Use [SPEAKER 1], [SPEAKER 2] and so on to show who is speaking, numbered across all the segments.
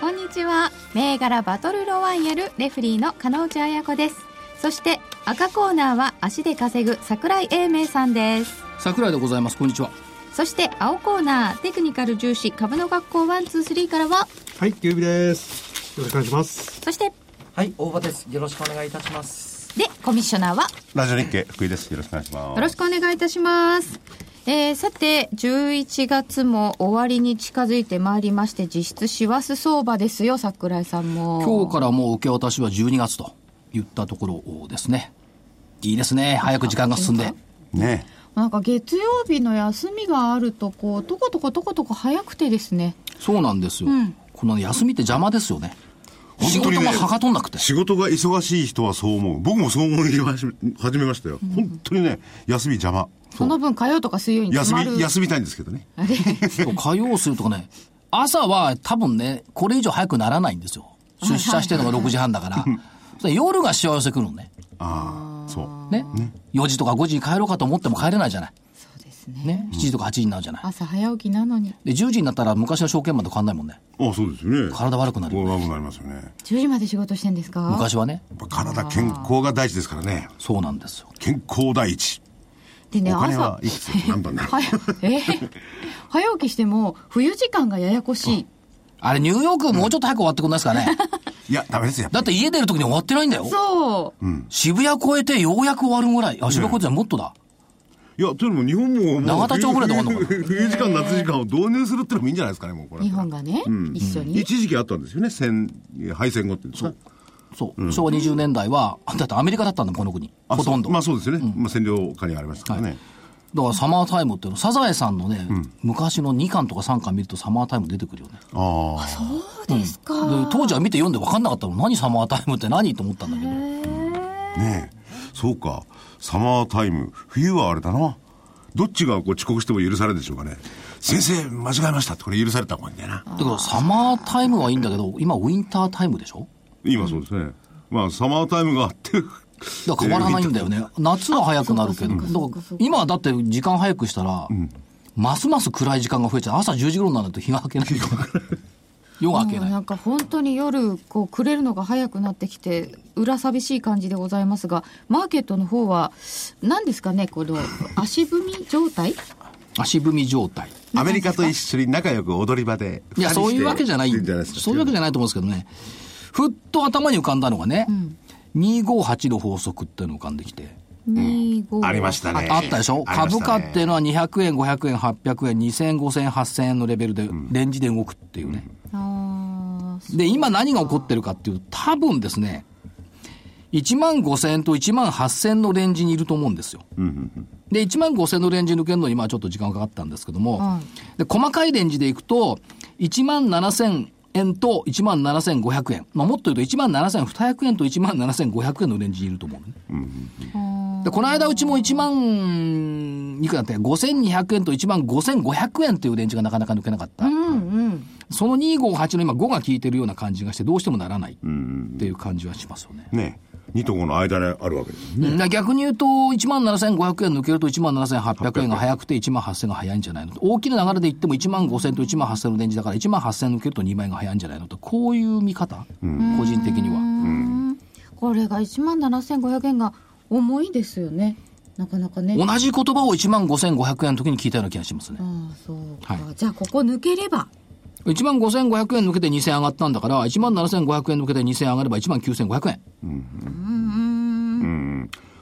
[SPEAKER 1] こんにちは銘柄バトルロワイヤルレフリーの金内彩子ですそして赤コーナーは足で稼ぐ桜井英明さんです
[SPEAKER 2] 桜井でございますこんにちは
[SPEAKER 1] そして青コーナーテクニカル重視株の学校123からは
[SPEAKER 3] はい、キュービです。よろしくお願いします。
[SPEAKER 1] そして
[SPEAKER 4] はい、大場です。よろしくお願いいたします。
[SPEAKER 1] でコミッショナーは
[SPEAKER 5] ラジオ日経福井です。よろしくお願いします。
[SPEAKER 1] よろしくお願いいたします。えーさて、11月も終わりに近づいてまいりまして、実質師走相場ですよ、桜井さんも。
[SPEAKER 2] 今日からもう受け渡しは12月と言ったところですねいいですね早く時間が進んで
[SPEAKER 5] ね
[SPEAKER 1] なんか月曜日の休みがあると、こう、とことことことこ早くてですね。
[SPEAKER 2] そうなんですよ、この休みって邪魔ですよね仕
[SPEAKER 5] 本当
[SPEAKER 2] 事
[SPEAKER 5] に
[SPEAKER 2] が
[SPEAKER 5] ね
[SPEAKER 2] はかとんなくて
[SPEAKER 5] え。仕事が忙しい人はそう思う。僕もそう思い始め始めましたよ。本当にね、休み邪魔。
[SPEAKER 1] その分火曜とか水曜に決
[SPEAKER 5] 休
[SPEAKER 1] まる。
[SPEAKER 5] み、休みたいんですけどね。
[SPEAKER 2] そう火曜するとかね、朝は多分ね、これ以上早くならないんですよ。出社してるのが6時半だから。それ夜がしわ寄せくるのね。
[SPEAKER 5] ああ、そう。
[SPEAKER 2] ね。4時とか5時に帰ろうかと思っても帰れないじゃない。
[SPEAKER 1] そうですね。
[SPEAKER 2] ね。7時とか8時になるじゃない。
[SPEAKER 1] 朝早起きなのに。
[SPEAKER 2] で、10時になったら昔の証券マンと変わんないもんね。
[SPEAKER 5] ああ、そうですよね。
[SPEAKER 2] 体悪くなるよね
[SPEAKER 5] 悪くなりますよね。や
[SPEAKER 1] 10時まで仕事してんですか
[SPEAKER 2] 昔はね。
[SPEAKER 5] っぱ体健康が第一ですからね。
[SPEAKER 2] そうなんですよ。
[SPEAKER 5] 健康第一。
[SPEAKER 1] でね、
[SPEAKER 5] お金
[SPEAKER 1] 朝
[SPEAKER 5] は。いくつ何番だ
[SPEAKER 1] 早 えー早起きしても、冬時間がややこしい。
[SPEAKER 2] あれ、ニューヨークもうちょっと早く終わってくんないですかね。
[SPEAKER 5] いや、ダメですよ。
[SPEAKER 2] だって家出る時に終わってないんだよ。
[SPEAKER 1] そう。
[SPEAKER 2] 渋谷越えてようやく終わるぐらい。あ、渋谷越えてないもっとだ。
[SPEAKER 5] いや、というのも日本ももう。
[SPEAKER 2] 永田町ぐらいで終わんのかな
[SPEAKER 5] 冬冬時間、夏時間を導入するってのもいいんじゃないですかね、もうこれ。
[SPEAKER 1] 日本がね、一緒に。
[SPEAKER 5] 一時期あったんですよね、戦、敗戦後っていうんですか。
[SPEAKER 2] そう。昭和20年代は、だってアメリカだったんだもん、この国。
[SPEAKER 5] あ
[SPEAKER 2] ほとんど
[SPEAKER 5] そう。まあそうですよね。まあ占領下にありましたからね。
[SPEAKER 2] だからサマータイムっていうの、サザエさんのね、昔の2巻とか3巻見るとサマータイム出てくるよね。で
[SPEAKER 5] ああ。
[SPEAKER 1] そうですか。
[SPEAKER 2] 当時は見て読んで分かんなかったの。何サマータイムって何と思ったんだけど。
[SPEAKER 5] ねえそうかサマータイム冬はあれだなどっちがこう遅刻しても許されるでしょうかね先生間違えましたってこれ許された方がいいんだよな
[SPEAKER 2] だからサマータイムはいいんだけど、今ウィンタータイムでしょ
[SPEAKER 5] 今そうですね、まあサマータイムがあ って
[SPEAKER 2] だから変わらないんだよね。夏は早くなるけど。だから今だって時間早くしたら、ますます暗い時間が増えちゃう。朝10時頃になると日が明けない。夜が明け
[SPEAKER 1] もう
[SPEAKER 2] な。
[SPEAKER 1] ないんか本当に夜こう暮れるのが早くなってきて裏寂しい感じでございますがマーケットの方は何ですかねこの足踏み状態
[SPEAKER 2] 足踏み状態。
[SPEAKER 5] アメリカと一緒に仲良く踊り場で
[SPEAKER 2] いや、
[SPEAKER 5] 二人
[SPEAKER 2] そう
[SPEAKER 5] して
[SPEAKER 2] いうわけじゃない。
[SPEAKER 5] ってんじゃないですか
[SPEAKER 2] そういうわけじゃないと思うんですけどね。ふっと頭に浮かんだのがね、258の法則っていうのが浮かんできて。
[SPEAKER 1] 25
[SPEAKER 5] ありましたね
[SPEAKER 2] あったでしょ、
[SPEAKER 5] ありま
[SPEAKER 2] 株
[SPEAKER 5] したね
[SPEAKER 2] 価っていうのは200円、500円、800円、2000円、5000円、8000円のレベルで、レンジで動くっていうね。
[SPEAKER 1] あー
[SPEAKER 2] で、今何が起こってるかっていうと、多分ですね、1万5000円と1万8000円のレンジにいると思うんですよ。で、1万5000円のレンジ抜けるのに、まあちょっと時間がかかったんですけども、
[SPEAKER 1] は
[SPEAKER 2] で、細かいレンジでいくと、1万7000円と1万7500円。まあもっと言うと1万7200円と1万7500円のレンジにいると思うのね。で、この間うちも1万、いくらだったっけ ?5200 円と1万5500円というレンジがなかなか抜けなかった。
[SPEAKER 1] うんうん
[SPEAKER 2] その258の今5が効いてるような感じがしてどうしてもならないっていう感じはしますよね。
[SPEAKER 5] ね二とこの間にあるわけですね
[SPEAKER 2] だから逆に言うと、1万7500円抜けると1万7800円が早くて1万8000円が早いんじゃないのと。大きな流れで言っても1万5000と1万8000の電池だから1万8000抜けると2万円が早いんじゃないのと。こういう見方、個人的には。
[SPEAKER 1] これが1万7500円が重いですよねなかなかね
[SPEAKER 2] 同じ言葉を1万5500円の時に聞いたような気がしますね。
[SPEAKER 1] ああそうか、
[SPEAKER 2] は
[SPEAKER 1] じゃあここ抜ければ
[SPEAKER 2] 1万5500円抜けて2000円上がったんだから、1万7500円抜けて2000円上がれば1万9500円。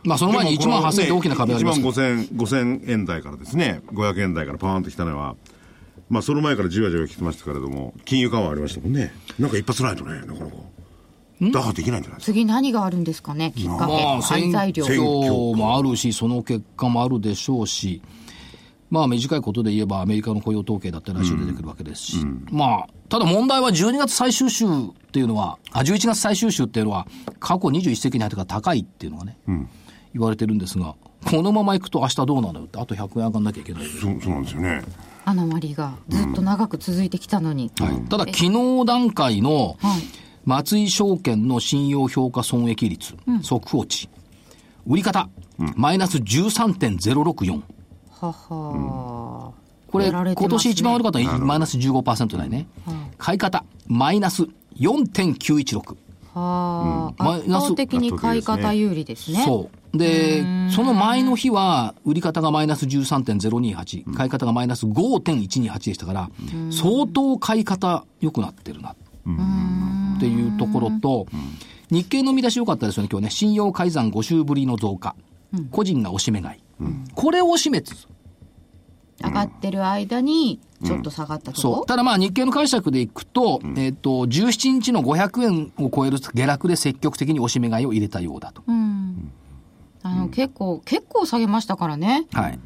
[SPEAKER 2] まあその前に1万8000円って大きな壁があります
[SPEAKER 5] 1
[SPEAKER 2] から
[SPEAKER 5] 万5000 5000円台からですね500円台からパーンときたのはまあその前からじわじわ来てましたけれども金融緩和ありましたもんねなんか一発ないとねなかなか打破できないんじゃないですか
[SPEAKER 1] 次何があるんですかねきっかけ
[SPEAKER 2] まあ、
[SPEAKER 1] 原
[SPEAKER 2] 選
[SPEAKER 1] 材
[SPEAKER 2] 挙
[SPEAKER 1] 料
[SPEAKER 5] 選挙
[SPEAKER 2] もあるし、その結果もあるでしょうし、まあ短いことで言えばアメリカの雇用統計だって来週出てくるわけですし、まあ、ただ問題は12月最終週っていうのは、あ、11月最終週っていうのは、過去21世紀に入ってから高いっていうのがね、言われてるんですが、このままいくと明日どうなのよって、あと100円上がんなきゃいけない。
[SPEAKER 5] そうそうなんですよね。
[SPEAKER 1] アノマリがずっと長く続いてきたのに、
[SPEAKER 2] ただ、昨日段階の
[SPEAKER 1] はい
[SPEAKER 2] 松井証券の信用評価損益率、速報値、売り方、マイナス13.064。
[SPEAKER 1] はは、
[SPEAKER 2] これ、
[SPEAKER 1] やられてますね
[SPEAKER 2] 今年一番悪かったのはマイナス15%台ね。買い方、マイナス4.916。
[SPEAKER 1] は
[SPEAKER 2] うん
[SPEAKER 1] あ、圧倒的に買い方有利ですね。
[SPEAKER 2] そう。で、その前の日は、売り方がマイナス13.028、買い方がマイナス5.128でしたから、相当買い方良くなってるな、っていうところと、日経の見出し良かったですよね、今日ね。信用改ざん5週ぶりの増加。個人がおしめ買い。これを締めつつ。
[SPEAKER 1] 上がってる間に、ちょっと下がったと
[SPEAKER 2] そう。
[SPEAKER 1] こ、
[SPEAKER 2] ただまあ日経の解釈でいくと、えっ、と、17日の500円を超える下落で積極的におしめ買いを入れたようだと。
[SPEAKER 1] うんあの結構、結構下げましたからね。
[SPEAKER 2] はい。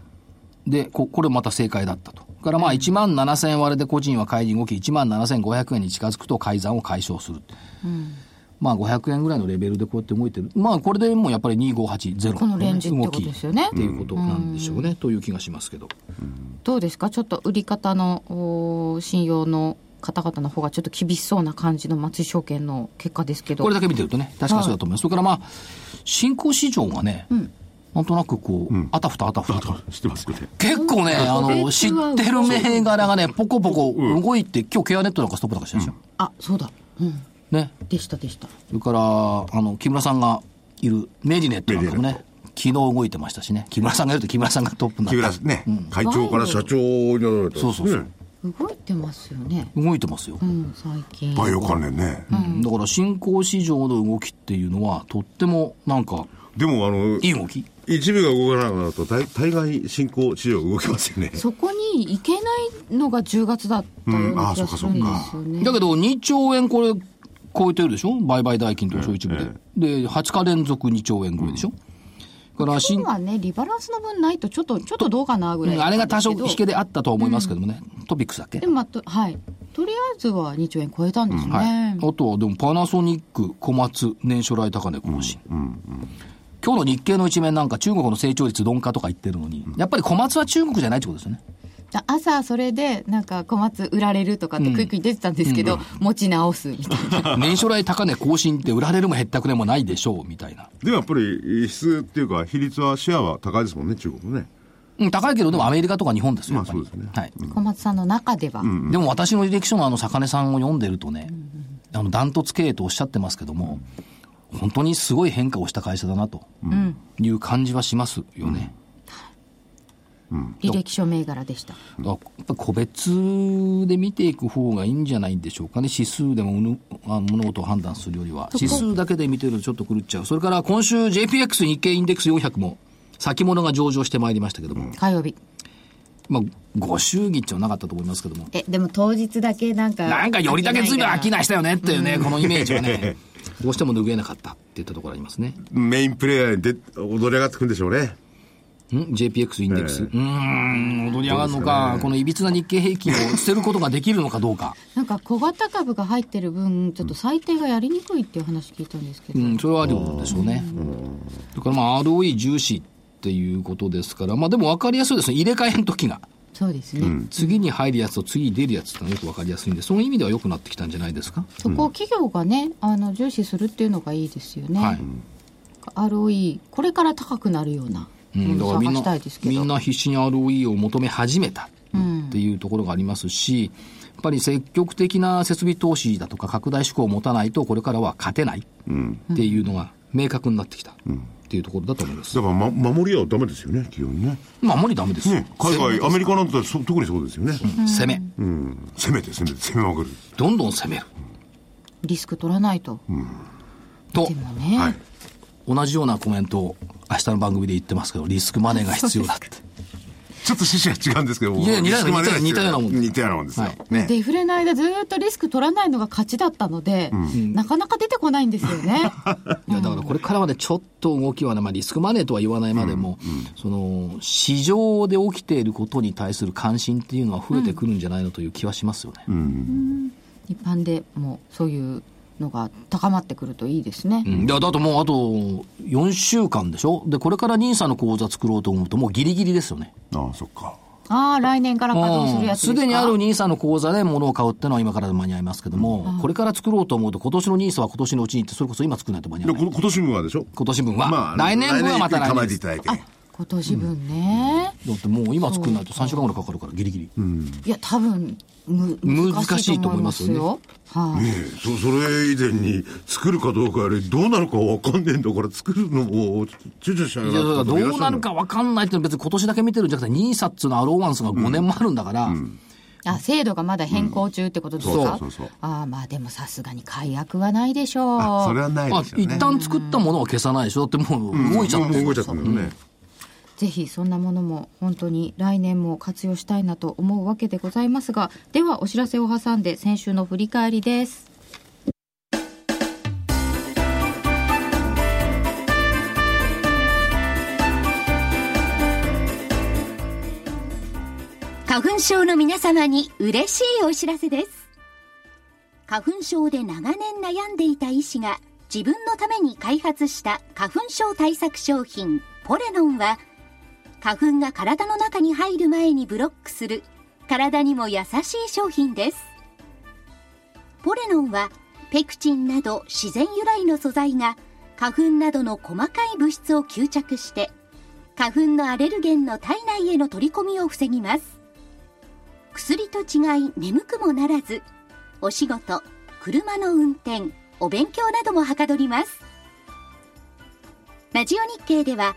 [SPEAKER 2] で、こ、これまた正解だったと。からまあ1万7000円割れで個人は買いに動き、1万7500円に近づくと改ざんを解消する。まあ500円ぐらいのレベルでこうやって動いてる。まあこれでもうやっぱり2580。
[SPEAKER 1] このレンジってことですよね
[SPEAKER 2] 動きっていうことなんでしょうね、という気がしますけど。
[SPEAKER 1] どうですか、ちょっと売り方のお信用の方々の方がちょっと厳しそうな感じの松井証券の結果ですけど、
[SPEAKER 2] これだけ見てるとね、確かにそうだと思います。それからまあ、新興市場がね、なんとなくこう、あたふた あたふたと。
[SPEAKER 5] 知って ますこれ。
[SPEAKER 2] 結構ね、あの、知ってる銘柄がね、ポコポコ動いて、今日ケアネットなんかストップなんかしたでしょ。
[SPEAKER 1] あそうだ、うん、
[SPEAKER 2] ね。
[SPEAKER 1] でした、でした。
[SPEAKER 2] それから、あの、木村さんがいるメディネットなんかもね、昨日動いてましたしね。木村さんがいると木村さんがトップに
[SPEAKER 5] 木
[SPEAKER 2] な
[SPEAKER 5] 村
[SPEAKER 2] っ
[SPEAKER 5] さんね、会長から社長になられた。
[SPEAKER 2] そうそうそう
[SPEAKER 5] ね。
[SPEAKER 1] 動いてますよね、
[SPEAKER 2] 動いてますよ。
[SPEAKER 1] うん、最近。
[SPEAKER 5] バイオ関連ね。
[SPEAKER 2] だから、新興市場の動きっていうのは、とっても、なんか、
[SPEAKER 5] でもあの
[SPEAKER 2] いい動き。
[SPEAKER 5] 一部が動かなくなると大大概新興市場が動きますよね。
[SPEAKER 1] そこに行けないのが10月だったような気がするんですよね。
[SPEAKER 2] だけど、2兆円これ、超えてるでしょ売買代金とそう一部で。で、8日連続2兆円超えでしょだから、新
[SPEAKER 1] 今はね、リバランスの分ないと、ちょっと、ちょっとどうかなぐらい
[SPEAKER 2] うん
[SPEAKER 1] な
[SPEAKER 2] あ
[SPEAKER 1] ん
[SPEAKER 2] れ
[SPEAKER 1] です
[SPEAKER 2] が
[SPEAKER 1] けど。
[SPEAKER 2] 多少引けであったとは思いますけどもね、トピックスだっけ、
[SPEAKER 1] でも、まあと、はい。とりあえずは2兆円超えたんですね。
[SPEAKER 2] はい、あとはでもパナソニック小松年初来高値更新、今日の日経の一面なんか中国の成長率鈍化とか言ってるのに、やっぱり小松は中国じゃないってことですよ ね
[SPEAKER 1] だ朝、それで、なんか、小松売られるとかってクイクイ出てたんですけど、持ち直すみたいな。
[SPEAKER 2] 年初来高値更新って売られるも減ったくれもないでしょうみたいな、
[SPEAKER 5] でもやっぱり質っていうか比率はシェアは高いですもんね中国もね。
[SPEAKER 2] うん、高いけどでもアメリカとか日本ですよやっぱり
[SPEAKER 5] まあそうですね
[SPEAKER 2] はい
[SPEAKER 1] 小松さんの中では。
[SPEAKER 2] でも私の履歴書のあの坂根さんを読んでるとね、あのダントツ経営とおっしゃってますけども、本当にすごい変化をした会社だなという感じはしますよね。
[SPEAKER 1] 履歴書銘柄でした。
[SPEAKER 2] だからやっぱ個別で見ていく方がいいんじゃないでしょうかね、指数でもうぬあ物事を判断するよりは、指数だけで見てるとちょっと狂っちゃう、それから今週、JPX 日経インデックス400も先物が上場してまいりましたけども、
[SPEAKER 1] 火曜日。
[SPEAKER 2] まあ、ご祝儀っていうのはなかったと思いますけども、
[SPEAKER 1] え、でも当日だけなんか。
[SPEAKER 2] なんかよりだけずいぶん
[SPEAKER 1] 飽き
[SPEAKER 2] 商
[SPEAKER 1] ない
[SPEAKER 2] いしたよねっていうね、このイメージは ね、どうしても拭えなかったっていったところありますね。
[SPEAKER 5] メインプレイヤーにで踊り上がってくるんでしょうね。
[SPEAKER 2] ん ?JPX インデックス。うーん、踊り上がるのか、このいびつな日経平均を捨てることができるのかどうか。
[SPEAKER 1] なんか小型株が入ってる分、ちょっと最低がやりにくいっていう話聞いたんですけど。
[SPEAKER 2] うん、それはあるんでしょうね。だからまあ ROE 重視っていうことですから、まあでも分かりやすいですね。入れ替えの時が。
[SPEAKER 1] そうですね。
[SPEAKER 2] 次に入るやつと次に出るやつってのはよく分かりやすいんで、その意味では良くなってきたんじゃないですか。
[SPEAKER 1] そこを企業がね、あの重視するっていうのがいいですよね。
[SPEAKER 2] はい。
[SPEAKER 1] ROE、これから高くなるような
[SPEAKER 2] うん、
[SPEAKER 1] も
[SPEAKER 2] だか
[SPEAKER 1] のを
[SPEAKER 2] らみん
[SPEAKER 1] 探
[SPEAKER 2] な
[SPEAKER 1] したいです、け
[SPEAKER 2] み
[SPEAKER 1] ど。
[SPEAKER 2] んな必死に ROE を求め始めたっていうところがありますし、やっぱり積極的な設備投資だとか拡大志向を持たないと、これからは勝てないっていうのが明確になってきたっていうところだと思います。
[SPEAKER 5] だから、ま、守りはダメですよね企業にね。
[SPEAKER 2] まあ、あんまりダメですよ。
[SPEAKER 5] ね海外アメリカなんてそ特にそうですよね。
[SPEAKER 2] 攻め。
[SPEAKER 5] うん攻めて攻めて攻めまくる。
[SPEAKER 2] どんどん攻める。
[SPEAKER 1] リスク取らないと。
[SPEAKER 2] と
[SPEAKER 1] で、もね、
[SPEAKER 5] はい。
[SPEAKER 2] 同じようなコメントを明日の番組で言ってますけど、リスクマネーが必要だって。
[SPEAKER 5] ちょっと趣旨が違うんですけど。
[SPEAKER 2] いや似たような
[SPEAKER 5] リスクマネーが必要
[SPEAKER 2] 似たようなもん
[SPEAKER 5] 似たようなもんですよ
[SPEAKER 2] は。
[SPEAKER 5] ね。
[SPEAKER 1] デフレの間ずっとリスク取らないのが勝ちだったので、なかなか出てこないんですよね。
[SPEAKER 2] いや、だからこれからはね、ちょっと動きはね、まあ、リスクマネーとは言わないまでも、その、市場で起きていることに対する関心っていうのは増えてくるんじゃないのという気はしますよね。
[SPEAKER 5] うん。
[SPEAKER 6] 一般でもうそういうのが高まってくるといいですね、
[SPEAKER 2] うんいや、だともうあと4週間でしょで、これからニーサの口座作ろうと思うと、もうギリギリですよね。
[SPEAKER 5] ああ、そっか。
[SPEAKER 6] ああ来年から稼働するやつです
[SPEAKER 2] す
[SPEAKER 6] か
[SPEAKER 2] でにあるニーサの口座で物を買うってのは今からでも間に合いますけども、これから作ろうと思うと、今年のニーサは今年のうちにって、それこそ今作らないと間に合
[SPEAKER 5] で、
[SPEAKER 2] わな
[SPEAKER 5] こ
[SPEAKER 2] い。
[SPEAKER 5] 今年分はでしょ
[SPEAKER 2] 今年分は。
[SPEAKER 5] まあ、
[SPEAKER 2] 来年分はまた
[SPEAKER 5] 来年ゆ
[SPEAKER 2] 来
[SPEAKER 5] っく
[SPEAKER 2] 年で
[SPEAKER 5] り構えてい
[SPEAKER 2] す。
[SPEAKER 5] た
[SPEAKER 2] だ
[SPEAKER 5] だいて。
[SPEAKER 6] 今年分ね、
[SPEAKER 2] ってもう今作らないと3週間ぐらいかかるから、ギリギリ。
[SPEAKER 6] いや多分む
[SPEAKER 2] 難しいと思いますよね
[SPEAKER 6] はい、
[SPEAKER 5] ねえそそれ以前に作るかどうかよりどうなるかわかんねえんだから作るのも躊躇しちゃう
[SPEAKER 2] いやだから
[SPEAKER 5] な
[SPEAKER 2] どうなるか分かんないってのは別に今年だけ見てるんじゃなくて、ニーサっつうのはアローワンスが5年もあるんだから、
[SPEAKER 6] あ制度がまだ変更中ってことですか、
[SPEAKER 5] うんそうそうそうそう
[SPEAKER 6] ああまあでもさすがに解約はないでしょう
[SPEAKER 5] あそれはない
[SPEAKER 2] あ
[SPEAKER 5] ですよね
[SPEAKER 2] 一旦作ったものは消さないでしょだっても
[SPEAKER 5] うん
[SPEAKER 2] う動いちゃって
[SPEAKER 5] もう
[SPEAKER 2] る
[SPEAKER 5] 動いちゃったんだよね、
[SPEAKER 6] ぜひそんなものも本当に来年も活用したいなと思うわけでございますがではお知らせを挟んで先週の振り返りです
[SPEAKER 7] 花粉症の皆様に嬉しいお知らせです。花粉症で長年悩んでいた医師が自分のために開発した花粉症対策商品ポレノンは花粉が体の中に入る前にブロックする体にも優しい商品です。ポレノンはペクチンなど自然由来の素材が花粉などの細かい物質を吸着して花粉のアレルゲンの体内への取り込みを防ぎます薬と違い眠くもならずお仕事車の運転お勉強などもはかどりますラジオ日経では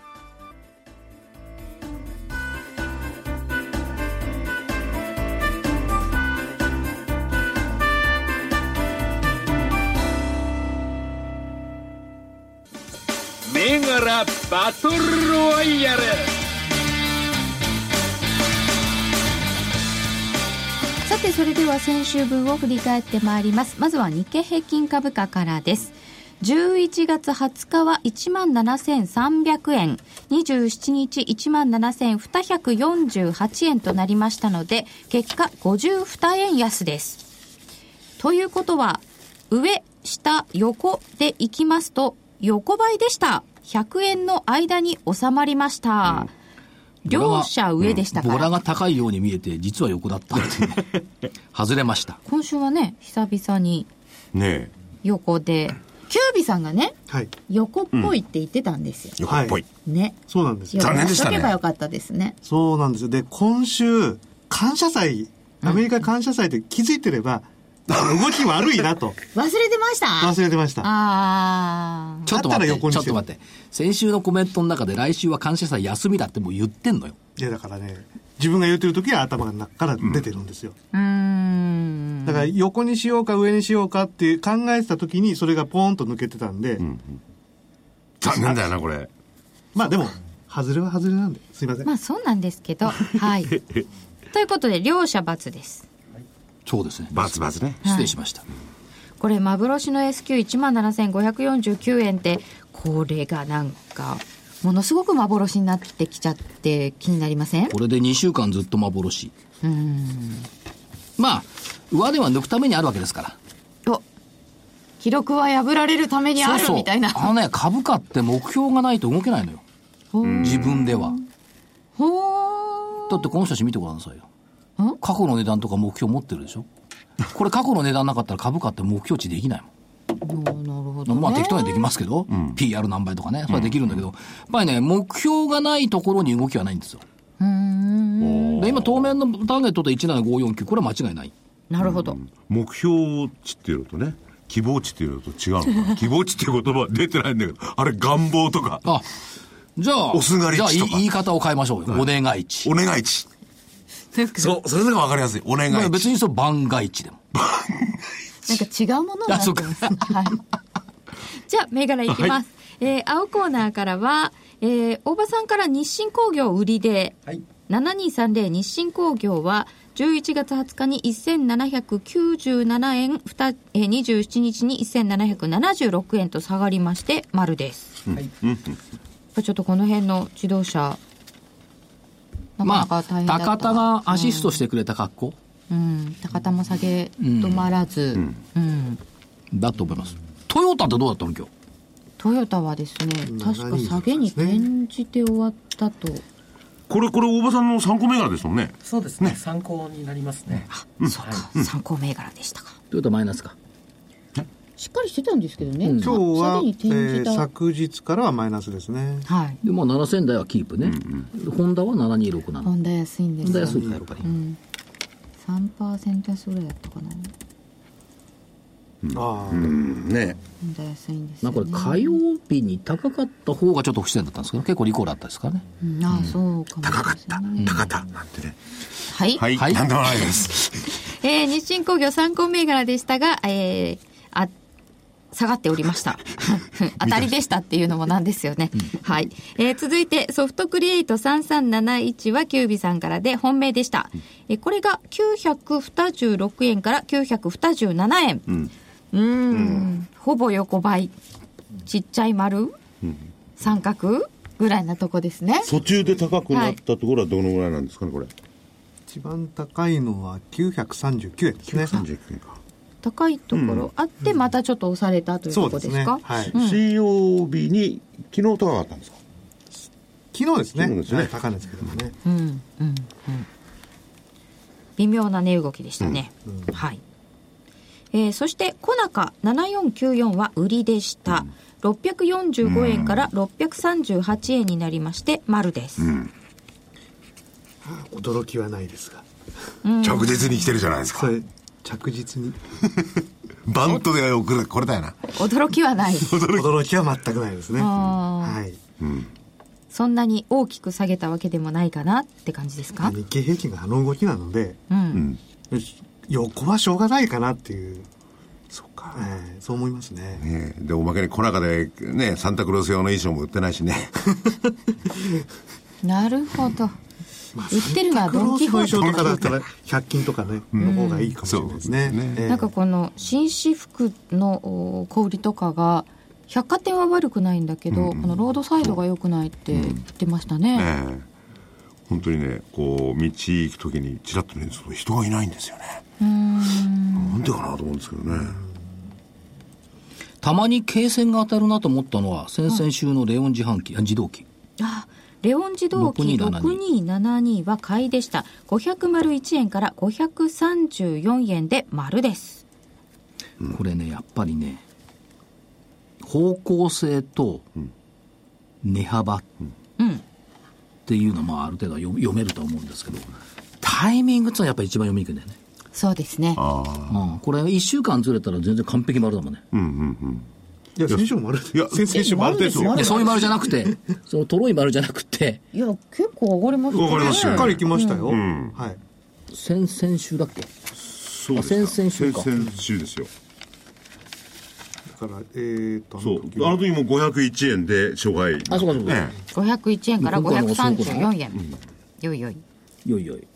[SPEAKER 8] 銘柄バトルロワイヤル
[SPEAKER 1] さてそれでは先週分を振り返ってまいりますまずは日経平均株価からです11月20日は1万7300円27日1万7248円となりましたので結果52円安ですということは上下横でいきますと横ばいでした100円の間に収まりました、両者上でしたか
[SPEAKER 2] ボ
[SPEAKER 1] ら
[SPEAKER 2] ラが高いように見えて実は横だ ったっていうね外れました
[SPEAKER 6] 今週はね久々に
[SPEAKER 5] ね
[SPEAKER 6] 横でキュービさんがね
[SPEAKER 3] はい。
[SPEAKER 6] 横っぽいって言ってたんですよ、
[SPEAKER 5] え横っぽい、
[SPEAKER 6] ね
[SPEAKER 3] そうなんですよ。
[SPEAKER 5] 残念でしたね
[SPEAKER 6] やっとけばよかったですね
[SPEAKER 3] そうなんですよ。で、今週、感謝祭、アメリカ感謝祭って気づいてれば、あの動き悪いなと
[SPEAKER 6] 忘れてました
[SPEAKER 3] 忘れてました。
[SPEAKER 6] あー
[SPEAKER 2] ちょっと待っ
[SPEAKER 3] だ
[SPEAKER 2] て
[SPEAKER 3] ったら横
[SPEAKER 2] ち
[SPEAKER 3] に
[SPEAKER 2] ょ
[SPEAKER 3] し
[SPEAKER 2] ってと
[SPEAKER 3] よ
[SPEAKER 2] 待って先週のコメントの中で来週は感謝祭休みだってもう言ってんのよ
[SPEAKER 3] いや、だからね、自分が言ってる時は頭の中から出てるんですよ。
[SPEAKER 6] うーん
[SPEAKER 3] だから横にしようか上にしようかっていう考えてた時にそれがポーンと抜けてたんで、
[SPEAKER 5] 残念だよなこれ
[SPEAKER 3] まあでも、外れは外れなんで、すいません。
[SPEAKER 6] まあそうなんですけどはいということで両者×です
[SPEAKER 2] そうですね
[SPEAKER 5] バツバツね
[SPEAKER 2] 失礼しました、
[SPEAKER 6] これ幻の SQ1 万7549円ってこれがなんかものすごく幻になってきちゃって気になりません
[SPEAKER 2] これで2週間ずっと幻
[SPEAKER 6] うん
[SPEAKER 2] まあ上値は抜くためにあるわけですから
[SPEAKER 6] お記録は破られるためにあるみたいな
[SPEAKER 2] あのね株価って目標がないと動けないのよ
[SPEAKER 6] ほう
[SPEAKER 2] 自分では
[SPEAKER 6] ほ
[SPEAKER 2] だってこの人たち見てごらんなさいよ
[SPEAKER 6] ん
[SPEAKER 2] 過去の値段とか目標持ってるでしょこれ過去の値段なかったら株価って目標値できないもん
[SPEAKER 6] うなるほど、ね、
[SPEAKER 2] まあ適当にはできますけど、PR 何倍とかね、それはできるんだけど、やっぱりね、目標がないところに動きはないんですよ。
[SPEAKER 6] うーん
[SPEAKER 2] で今、当面のターゲットと17549、これは間違いない。
[SPEAKER 6] なるほど
[SPEAKER 5] 目標値っていうのとね希望値っていうのと違うの かな希望値っていう言葉出てないんだけど、あれ願望とか、
[SPEAKER 2] あ、じゃあ、
[SPEAKER 5] おすがり
[SPEAKER 2] じゃあ
[SPEAKER 5] 値と
[SPEAKER 2] 言
[SPEAKER 5] か
[SPEAKER 2] い言い方を変えましょうよ。お願い値。
[SPEAKER 5] お願い値。そう、それだけわかりやすい。お願い
[SPEAKER 2] まあ
[SPEAKER 5] 値。
[SPEAKER 2] 別にそう番外値でも。
[SPEAKER 1] なんか違うものになってます。はい。じゃあ、銘柄いきます。えー青コーナーからは、えー、大場さんから日清工業売りで、
[SPEAKER 9] はい
[SPEAKER 1] 7230日清工業は、11月20日に1797円、ふたえー27日に1776円と下がりまして、丸です。
[SPEAKER 9] はい
[SPEAKER 1] やっぱちょっとこの辺の自動車、
[SPEAKER 2] ま
[SPEAKER 1] なかなか
[SPEAKER 2] あ、
[SPEAKER 1] 大変だった
[SPEAKER 2] 高田がアシストしてくれた格好
[SPEAKER 1] うん、高田も下げ止まらず、うん
[SPEAKER 2] だと思います。トヨタってどうだったの今日。
[SPEAKER 1] トヨタはですね、確か下げに
[SPEAKER 3] ですね
[SPEAKER 1] 転じて終わったと。
[SPEAKER 5] これ、これ、大場さんの参考銘柄ですもんね。
[SPEAKER 9] そうですね参考になりますね
[SPEAKER 1] そうか、参考銘柄でしたか。
[SPEAKER 2] トヨタマイナスか。
[SPEAKER 1] しっかりしてたんですけどね。
[SPEAKER 2] うん
[SPEAKER 3] 今日は
[SPEAKER 1] 下げ、に
[SPEAKER 3] え
[SPEAKER 1] 転じ
[SPEAKER 3] ー
[SPEAKER 1] た。
[SPEAKER 3] 昨日からはマイナスですね。
[SPEAKER 1] はい。
[SPEAKER 2] で、まあ7000台はキープね。ホンダは7267。ホ
[SPEAKER 1] ホンダ安いんで
[SPEAKER 2] ン
[SPEAKER 1] す
[SPEAKER 2] ダ
[SPEAKER 1] よ。
[SPEAKER 2] 安いからやっぱり。
[SPEAKER 1] うん。三パーセント安ぐらいだったかな。ホ
[SPEAKER 3] ああ、
[SPEAKER 5] ね
[SPEAKER 1] ンダ安いんです
[SPEAKER 2] ま
[SPEAKER 1] よ、
[SPEAKER 2] あ
[SPEAKER 1] ね。
[SPEAKER 2] これ火曜日に高かった方がちょっと不自然だったんですけど、結構リコールあったですからね。
[SPEAKER 1] うんああ、そうかもしれない
[SPEAKER 5] 高かった、高田、なんてね。
[SPEAKER 1] はい。
[SPEAKER 5] はい、
[SPEAKER 2] はい
[SPEAKER 5] なんでもない です。
[SPEAKER 1] えー日清工業参考銘柄でしたが、えーあ、下がっておりました。当たりでしたっていうのもなんですよね。はい。えー続いて、ソフトクリエイト3371はキュービさんからで本命でした。えーこれが926円から927円。うん。ん、ほぼ横ばい。ちっちゃい丸、三角ぐらいなとこですね。
[SPEAKER 5] 途中で高くなったところはどのぐらいなんですかね、これ。
[SPEAKER 3] 一番高いのは939円ですね。
[SPEAKER 5] 39円か。
[SPEAKER 1] 高いところあって、またちょっと押されたというと
[SPEAKER 3] そ
[SPEAKER 1] こ
[SPEAKER 3] う
[SPEAKER 1] ろ
[SPEAKER 3] です
[SPEAKER 1] で
[SPEAKER 3] ね。
[SPEAKER 1] すか。
[SPEAKER 3] はい。
[SPEAKER 5] 水曜日に、昨日高かったんですか
[SPEAKER 3] 昨日ですね。
[SPEAKER 5] 昨日ですね
[SPEAKER 3] はい高いんですけどもね。
[SPEAKER 1] うんうんうん微妙な値動きでしたね、はい、えーそしてコナカ7494は売りでした、645円から638円になりまして丸です、
[SPEAKER 3] 驚きはないですが。
[SPEAKER 5] 着実に来てるじゃないです
[SPEAKER 3] それ、着実に。
[SPEAKER 5] バントで送る、これだよな。
[SPEAKER 1] 驚きはない
[SPEAKER 3] 驚きは全くないですね。
[SPEAKER 1] あ
[SPEAKER 3] はい。
[SPEAKER 1] ーそんなに大きく下げたわけでもないかなって感じですか
[SPEAKER 3] 日経平均があの動きなので、
[SPEAKER 1] うん、
[SPEAKER 3] 横はしょうがないかなっていう。そうか。ええそう思いますね。
[SPEAKER 5] ねえで、おまけに小中で、ね、サンタクロース用の衣装も売ってな いしね。
[SPEAKER 1] なるほど売ってるのは
[SPEAKER 3] クロ
[SPEAKER 1] ドン・
[SPEAKER 3] ース
[SPEAKER 1] キホ
[SPEAKER 3] の
[SPEAKER 1] ーテ
[SPEAKER 3] 衣装とかだったら、100均とかね、の方がいいかもしれないですね
[SPEAKER 5] そうですね。
[SPEAKER 3] ええ
[SPEAKER 1] なんかこの紳士服のお小売りとかが百貨店は悪くないんだけど、このロードサイドが良くないって言ってましたね、
[SPEAKER 5] ええ本当にねこう道行く時にちらっと見るんですけど人がいないんですよねなんでかなと思うんですけどね
[SPEAKER 2] たまに軽線が当たるなと思ったのは、先々週のレオン自販機、あ自動機。
[SPEAKER 1] あレオン自動機
[SPEAKER 2] 6272
[SPEAKER 1] 6272は買いでした501円から534円で丸です
[SPEAKER 2] これね、やっぱりね、方向性と値幅っていうのは、まあ、ある程度は読読めるとは思うんですけど、タイミングっていうのはやっぱり一番読みにくいんだよね。
[SPEAKER 1] そうですね
[SPEAKER 2] うん、これ1週間ずれたら全然完璧丸だもんね。
[SPEAKER 5] うんうんうん
[SPEAKER 3] いや、先週もある。
[SPEAKER 5] いや
[SPEAKER 3] 先々週もあるですよ
[SPEAKER 2] いや、そういう丸じゃなく て、そのとろい丸じゃなくて、
[SPEAKER 1] いや結構上がります
[SPEAKER 5] 上がりまし
[SPEAKER 3] し
[SPEAKER 5] た
[SPEAKER 3] っ
[SPEAKER 5] よ
[SPEAKER 3] かり来ましたよ。
[SPEAKER 5] ん
[SPEAKER 3] はい。
[SPEAKER 2] 先々週だっけ
[SPEAKER 5] そう
[SPEAKER 2] ですかあ先々週か
[SPEAKER 5] 先々週ですよ
[SPEAKER 3] だから、えっと、あ
[SPEAKER 5] そ
[SPEAKER 3] の
[SPEAKER 5] う
[SPEAKER 3] 時
[SPEAKER 5] あの時も501円で初回
[SPEAKER 2] あそうかそうか
[SPEAKER 5] ね
[SPEAKER 1] 501円から534円、よいよい
[SPEAKER 2] よいよい。
[SPEAKER 5] ね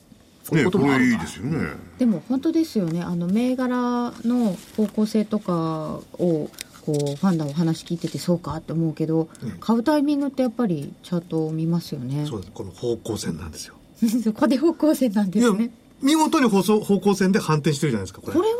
[SPEAKER 2] こ
[SPEAKER 5] こ
[SPEAKER 2] ういうこともある
[SPEAKER 5] れ
[SPEAKER 2] ん
[SPEAKER 5] い
[SPEAKER 2] だ
[SPEAKER 5] いですよね
[SPEAKER 1] でも本当ですよねあの銘柄の方向性とかをこうファンダお話聞いててそうかって思うけど、買うタイミングってやっぱりチャートを見ますよね
[SPEAKER 3] そうです。この方向線なんですよ。
[SPEAKER 1] そこで方向性なんで
[SPEAKER 3] いや
[SPEAKER 1] すね、
[SPEAKER 3] 見事に放送方向線で反転してるじゃないですか、これ。
[SPEAKER 1] これは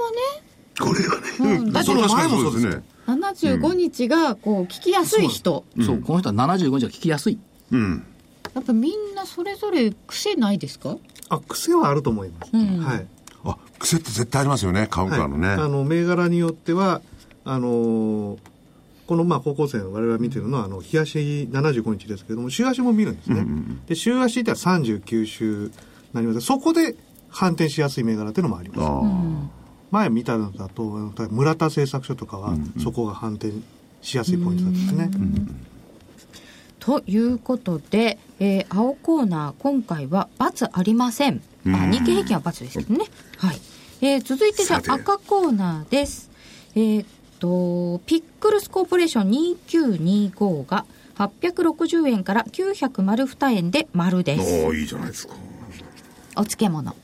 [SPEAKER 5] これはね、うん、
[SPEAKER 3] だって
[SPEAKER 5] そう確かに
[SPEAKER 3] 前も
[SPEAKER 5] そうです
[SPEAKER 3] そう
[SPEAKER 5] ね
[SPEAKER 1] ね75日がこう聞きやすい人、
[SPEAKER 2] そう、この人は75日は聞きやすい。
[SPEAKER 5] うん
[SPEAKER 1] やっぱみんなそれぞれ癖ないですか
[SPEAKER 3] あ、癖はあると思います。はい。
[SPEAKER 5] あ癖って絶対ありますよね株
[SPEAKER 3] はい
[SPEAKER 5] 価のね、
[SPEAKER 3] あの、銘柄によっては、あのーこのまあ方向線を我々見てるのは、あの、日足75日ですけども、週足も見るんですね。で、週足ってのは39週になります。そこで反転しやすい銘柄っていうのもあります。
[SPEAKER 5] ああ、
[SPEAKER 3] 前見たのだとあの多分村田製作所とかはそこが反転しやすいポイントだったんですね。
[SPEAKER 1] ということで、えー青コーナー今回は×ありません、あ日経平均は×ですけどね、はいえー続いてじゃ
[SPEAKER 5] さて
[SPEAKER 1] あ赤コーナーですえーっとピックルスコーポレーション2925が860円から900丸2円で丸です
[SPEAKER 5] おーいいじゃないですか
[SPEAKER 1] お漬物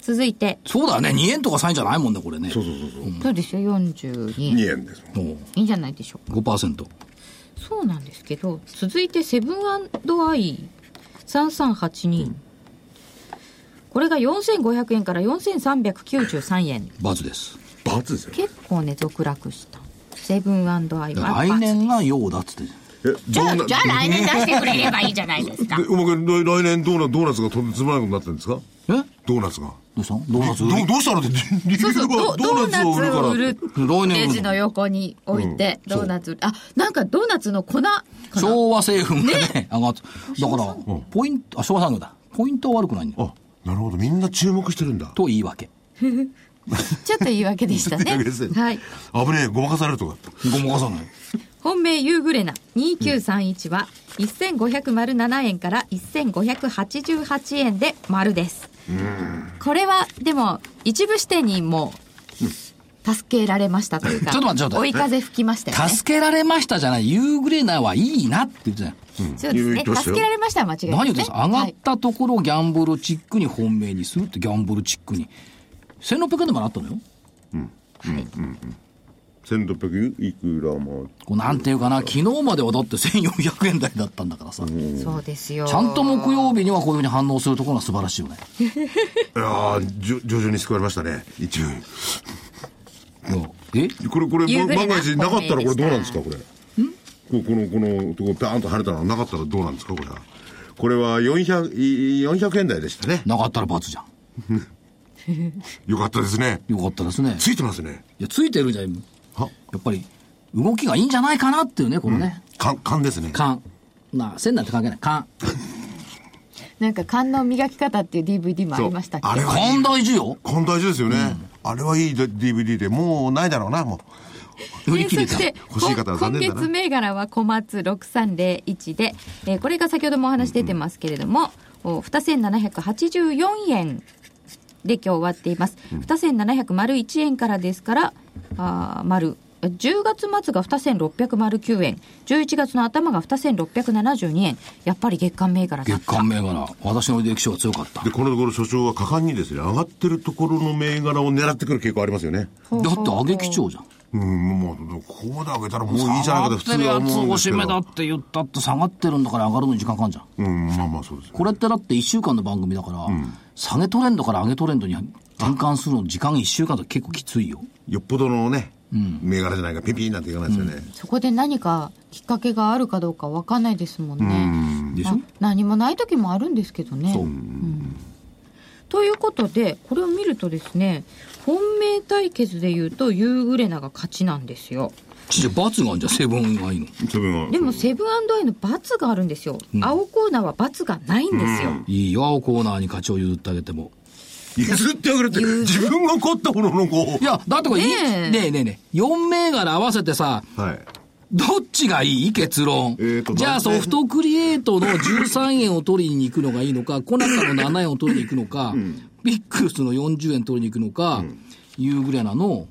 [SPEAKER 1] 続いて
[SPEAKER 2] そうだね2円とか3円じゃないもんねこれね
[SPEAKER 5] そうそうそうそう、
[SPEAKER 1] どうでしょう42
[SPEAKER 5] 2円ですもん
[SPEAKER 2] も
[SPEAKER 1] いいんじゃないでしょうか
[SPEAKER 2] う5%
[SPEAKER 1] そうなんですけど続いてセブンアイ3382、これが4500円から4393円
[SPEAKER 2] バツです
[SPEAKER 5] 罰ですよ
[SPEAKER 1] 結構ね続落したセブンアイ
[SPEAKER 2] だ
[SPEAKER 1] は
[SPEAKER 2] から来年がようだっつって
[SPEAKER 5] え
[SPEAKER 1] じゃあ
[SPEAKER 5] どんな
[SPEAKER 1] じゃあ来年出してくれればいいじゃないですか
[SPEAKER 5] でおまけに来来年ドーナドーナツがとんでつまらなくなってるんですか
[SPEAKER 2] えど
[SPEAKER 5] ドーナツが
[SPEAKER 2] うしたのドーナツ
[SPEAKER 5] どうどうしたのって 理
[SPEAKER 1] そう
[SPEAKER 5] 由
[SPEAKER 1] そう
[SPEAKER 5] は
[SPEAKER 1] ドドーナツを売る
[SPEAKER 2] 来年売る
[SPEAKER 1] レ
[SPEAKER 2] の
[SPEAKER 1] ジの横に置いて、
[SPEAKER 2] うんそう
[SPEAKER 1] ドーナツ売るあなんかドーナツの粉かな
[SPEAKER 2] 昭和製粉がね上がってだからポイントあ昭和産業だポイントは悪くないんだよ
[SPEAKER 5] あなるほどみんな注目してるんだ
[SPEAKER 2] と言い訳
[SPEAKER 1] ちょっと 言い訳でしたねはい
[SPEAKER 5] 危ねえごまかされるとか
[SPEAKER 2] ごまかさない
[SPEAKER 1] 本命ユーグレナ2931は1507円から1588円で丸です。これはでも一部支店にも助けられましたというか、
[SPEAKER 2] ちょっと待ってちょっと
[SPEAKER 1] 追
[SPEAKER 2] 待っ
[SPEAKER 1] い
[SPEAKER 2] て
[SPEAKER 1] 風吹きましたよね。
[SPEAKER 2] 助けられましたじゃないユーグレナはいいなって言ってたよ
[SPEAKER 1] そうです
[SPEAKER 5] 言
[SPEAKER 1] ね
[SPEAKER 5] って。ました
[SPEAKER 1] 助
[SPEAKER 5] よ
[SPEAKER 1] けられましたは間違い
[SPEAKER 2] 何
[SPEAKER 1] な
[SPEAKER 2] 言
[SPEAKER 1] い
[SPEAKER 2] って
[SPEAKER 1] で
[SPEAKER 2] んす
[SPEAKER 1] すね。
[SPEAKER 2] か上が
[SPEAKER 1] は
[SPEAKER 2] っ
[SPEAKER 1] い
[SPEAKER 2] たところをギャンブルチックに本命にするってギャンブルチックに1600でもなったのよ
[SPEAKER 5] 1600いくらも
[SPEAKER 2] こうなんていうかな昨日まではだって1400円台だったんだからさち
[SPEAKER 1] そうですよ。
[SPEAKER 2] ゃんと木曜日にはこういうふうに反応するところが素晴らしいよね
[SPEAKER 5] いやーじょ徐々に救われましたね一応
[SPEAKER 2] うんえ
[SPEAKER 5] これこれ
[SPEAKER 1] 夕暮れ
[SPEAKER 5] ま
[SPEAKER 1] な
[SPEAKER 5] 万が一なかったらこれどうなんですか
[SPEAKER 1] 本
[SPEAKER 5] これここのこのとこパーンと晴れたのなかったらどうなんですかこれはこれは400い400円台でしたね
[SPEAKER 2] なかったら罰じゃん
[SPEAKER 5] よかったですね
[SPEAKER 2] よかったですね
[SPEAKER 5] ついてますね
[SPEAKER 2] いやついてるんじゃん
[SPEAKER 5] は
[SPEAKER 2] やっぱり動きがいいんじゃないかなっていうねこのね、
[SPEAKER 5] 勘勘ですね
[SPEAKER 2] 勘まあ線なんて関係ない勘
[SPEAKER 1] なんか観音磨き方っていう DVD もありましたっけ
[SPEAKER 5] そうあれはいい
[SPEAKER 2] 勘大事よ
[SPEAKER 5] 勘大事ですよねあれはいい DVD でもうないだろうなもう
[SPEAKER 2] 振り切れ
[SPEAKER 1] 検
[SPEAKER 2] た
[SPEAKER 1] 索して
[SPEAKER 5] 欲しい方は残念だな
[SPEAKER 1] 今月銘柄は小松6301で、えーこれが先ほどもお話出てますけれども、お2784円で今日終わっています、2701円からですからあー丸10月末が2609円11月の頭が2672円やっぱり月間銘柄だっ
[SPEAKER 2] 月
[SPEAKER 1] た
[SPEAKER 2] 間銘柄私の歴史は強かっただ
[SPEAKER 5] でこのところ所長は果敢にですね上がってるところの銘柄を狙ってくる傾向ありますよね
[SPEAKER 2] って上げ基調じゃん
[SPEAKER 5] うんもうここで上げたらもういいじゃないかと普
[SPEAKER 2] 上がって
[SPEAKER 5] 通は
[SPEAKER 2] るや
[SPEAKER 5] 思
[SPEAKER 2] つ
[SPEAKER 5] うんで
[SPEAKER 2] お
[SPEAKER 5] す
[SPEAKER 2] し
[SPEAKER 5] け
[SPEAKER 2] めだ
[SPEAKER 5] ど
[SPEAKER 2] って言ったって下がってるんだから上がるのに時間かかんじゃん
[SPEAKER 5] うんまあまあそうですよ
[SPEAKER 2] これってだって1週間の番組だから、下げトレンドから上げトレンドに転換するの時間1週間と結構きついよ
[SPEAKER 5] よっぽどのね銘柄じゃないからピピーなんていかないですよね
[SPEAKER 1] そこで何かきっかけがあるかどうかわかんないですもん
[SPEAKER 2] で
[SPEAKER 1] ね
[SPEAKER 2] しょ
[SPEAKER 1] あ何もない時もあるんですけどね。うんということでこれを見るとですね本命対決でいうとユーグレナが勝ちなんですよ
[SPEAKER 2] じゃあ罰があるじゃんセブンがいいの
[SPEAKER 5] 自分は
[SPEAKER 1] でもセブンアイの罰があるんですよ、青コーナーは罰がないんですよ、
[SPEAKER 2] いいよ青コーナーに勝ちを譲ってあげても
[SPEAKER 5] 譲ってあげるって自分が買ったもののこ
[SPEAKER 2] いやだってこれいい
[SPEAKER 1] ねえ
[SPEAKER 2] ねえねえねえ4銘柄合わせてさ
[SPEAKER 5] うはい
[SPEAKER 2] どっちがいい結論、
[SPEAKER 5] えーと
[SPEAKER 2] じゃあ
[SPEAKER 5] だ
[SPEAKER 2] ソ
[SPEAKER 5] いぶ
[SPEAKER 2] フトクリエイトの13円を取りに行くのがいいのか、コナカの7円を取りに行くのか、ビックルスの40円取りに行くのか、ユーグレナの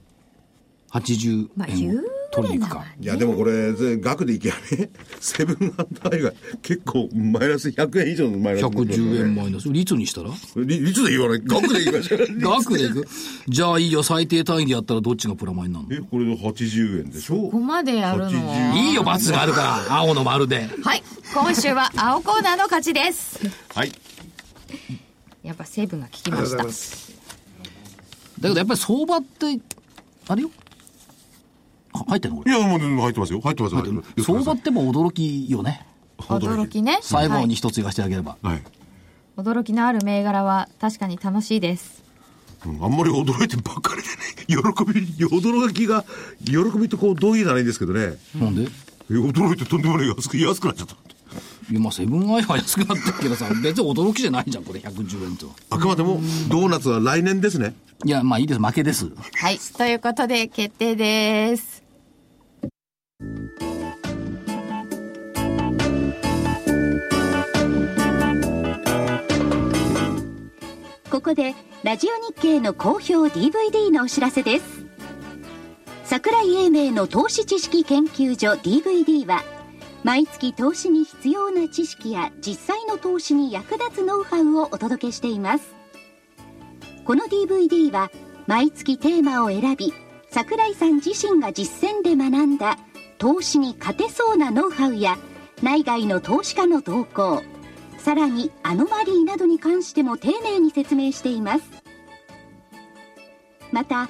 [SPEAKER 2] 80
[SPEAKER 1] まあ
[SPEAKER 2] 円を取りに行くか。
[SPEAKER 5] いやでもこれぜ額でいけばね セブンアンダーアイが結構マイナス100円以上のマイナス
[SPEAKER 2] 110円
[SPEAKER 5] も
[SPEAKER 2] マイナス。率にした ら
[SPEAKER 5] 率で言わない額で言いましょう
[SPEAKER 2] 額でいくじゃあいいよ、最低単位でやったらどっちがプラマイになるの
[SPEAKER 5] えこれで80円でしょ
[SPEAKER 1] ここまでやるのはい
[SPEAKER 2] いよ、罰があるから、青の丸で。
[SPEAKER 1] い今週は青コーナーの勝ちです
[SPEAKER 5] はい
[SPEAKER 1] やっぱセブンが効きました
[SPEAKER 2] だけどやっぱり相場って、あれよは入ってんのこ
[SPEAKER 5] い
[SPEAKER 2] れ。
[SPEAKER 5] や、もう入ってますよ。入ってます、入ってます。
[SPEAKER 2] 相場ってもう驚きよね。
[SPEAKER 1] 驚きね
[SPEAKER 2] 最後に一つ言わせてあげれば。
[SPEAKER 5] はい。
[SPEAKER 1] 驚きのある銘柄は確かに楽しいです
[SPEAKER 5] うんあんまり驚いてばっかり でね、喜び、驚きが、喜びとこう、同義ならいいんですけどね、
[SPEAKER 2] なんで
[SPEAKER 5] え驚いてとんでもない安く、安くなっちゃった。
[SPEAKER 2] いやまあセブンアイは安くなってるけどさ別に驚きじゃないじゃんこれ110円とは
[SPEAKER 5] あくまでも、ドーナツは来年ですね。
[SPEAKER 2] いや、まあいいです。負けです。
[SPEAKER 6] はい。ということで、決定です。
[SPEAKER 7] ここでラジオ日経の好評 DVD のお知らせです桜井英明の投資知識研究所 DVD は毎月投資に必要な知識や実際の投資に役立つノウハウをお届けしていますこの DVD は毎月テーマを選び桜井さん自身が実践で学んだ投資に勝てそうなノウハウや内外の投資家の動向さらにアノマリーなどに関しても丁寧に説明していますまた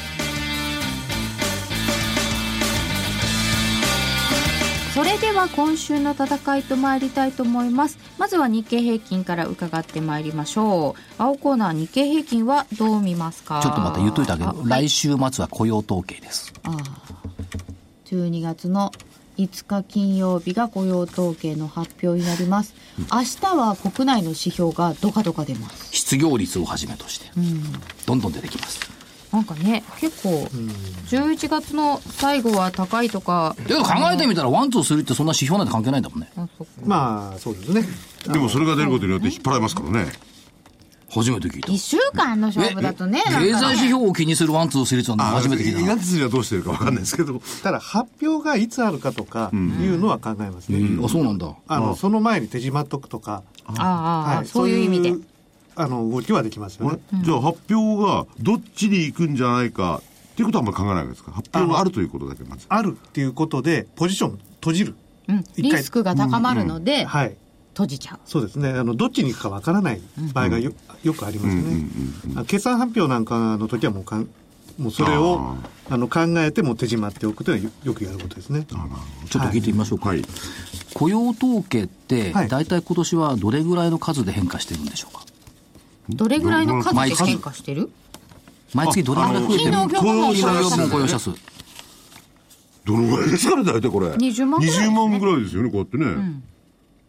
[SPEAKER 1] それでは今週の戦いと参りたいと思いますまずは日経平均から伺って参りましょう青コーナー日経平均はどう見ますか
[SPEAKER 2] ちょっとまた言っといたけ
[SPEAKER 1] あ
[SPEAKER 2] ど、来週末は雇用統計です。
[SPEAKER 1] 12月の5日金曜日が雇用統計の発表になります明日は国内の指標がどかどか出ます
[SPEAKER 2] 失業率をはじめとして、どんどん出てきます。
[SPEAKER 1] なんかね結構11月の最後は高いとか
[SPEAKER 2] だけど考えてみたら、ワン、ツー、スリーってそんな指標なんて関係ないんだもんね。
[SPEAKER 1] あそっか
[SPEAKER 3] まあ、そうですね。
[SPEAKER 5] でもそれが出ることによって引っ張られますからね。
[SPEAKER 2] 初めて聞いた
[SPEAKER 1] 1。週間の勝負だとねなん
[SPEAKER 2] 経
[SPEAKER 1] か
[SPEAKER 2] 済
[SPEAKER 1] ね
[SPEAKER 2] 指標を気にするワン、ツー、スリーってのは初めて聞いた
[SPEAKER 5] 稲
[SPEAKER 2] な。
[SPEAKER 5] 手筋はどうしてるかわかんないですけど。
[SPEAKER 3] ただ、発表がいつあるかとかいうのは考えますね。
[SPEAKER 2] うんあ、そうなんだ。
[SPEAKER 3] あの、その前に手締まっとくとか、
[SPEAKER 1] ああそういう意味で。
[SPEAKER 3] あの、動きはできますよ
[SPEAKER 5] あれ
[SPEAKER 3] ね。
[SPEAKER 5] じゃあ発表がどっちに行くんじゃないかっていうことはあんまり考えないわけですか発表があるということだけまず。
[SPEAKER 3] あるっていうことで、ポジション閉じる。
[SPEAKER 1] うん
[SPEAKER 3] 一
[SPEAKER 1] リ
[SPEAKER 3] 回
[SPEAKER 1] スクが高まるので
[SPEAKER 3] はい。
[SPEAKER 1] 閉じちゃう
[SPEAKER 3] そうですね。あの、どっちに行くかわからない場合がよ,、よくありますね、あ決算発表なんかの時はもうかん、もうそれを、あの、考えてもう手締まっておくというのはよよくやることですね。
[SPEAKER 2] ちょっと聞いてみましょうか。
[SPEAKER 5] はい。
[SPEAKER 2] 雇用統計って、
[SPEAKER 3] はい
[SPEAKER 2] 大体今年はどれぐらいの数で変化してるんでしょうか。
[SPEAKER 1] どれぐらいの数
[SPEAKER 2] 毎
[SPEAKER 1] で
[SPEAKER 2] 月
[SPEAKER 1] 変化してる
[SPEAKER 2] 毎月どれぐらい増えてる
[SPEAKER 1] ああの
[SPEAKER 2] 雇用分雇用者数。
[SPEAKER 5] どのぐらいですかね大体これ。
[SPEAKER 1] 20万ぐらいですね
[SPEAKER 5] 20万ぐらいですよね、こうやってね。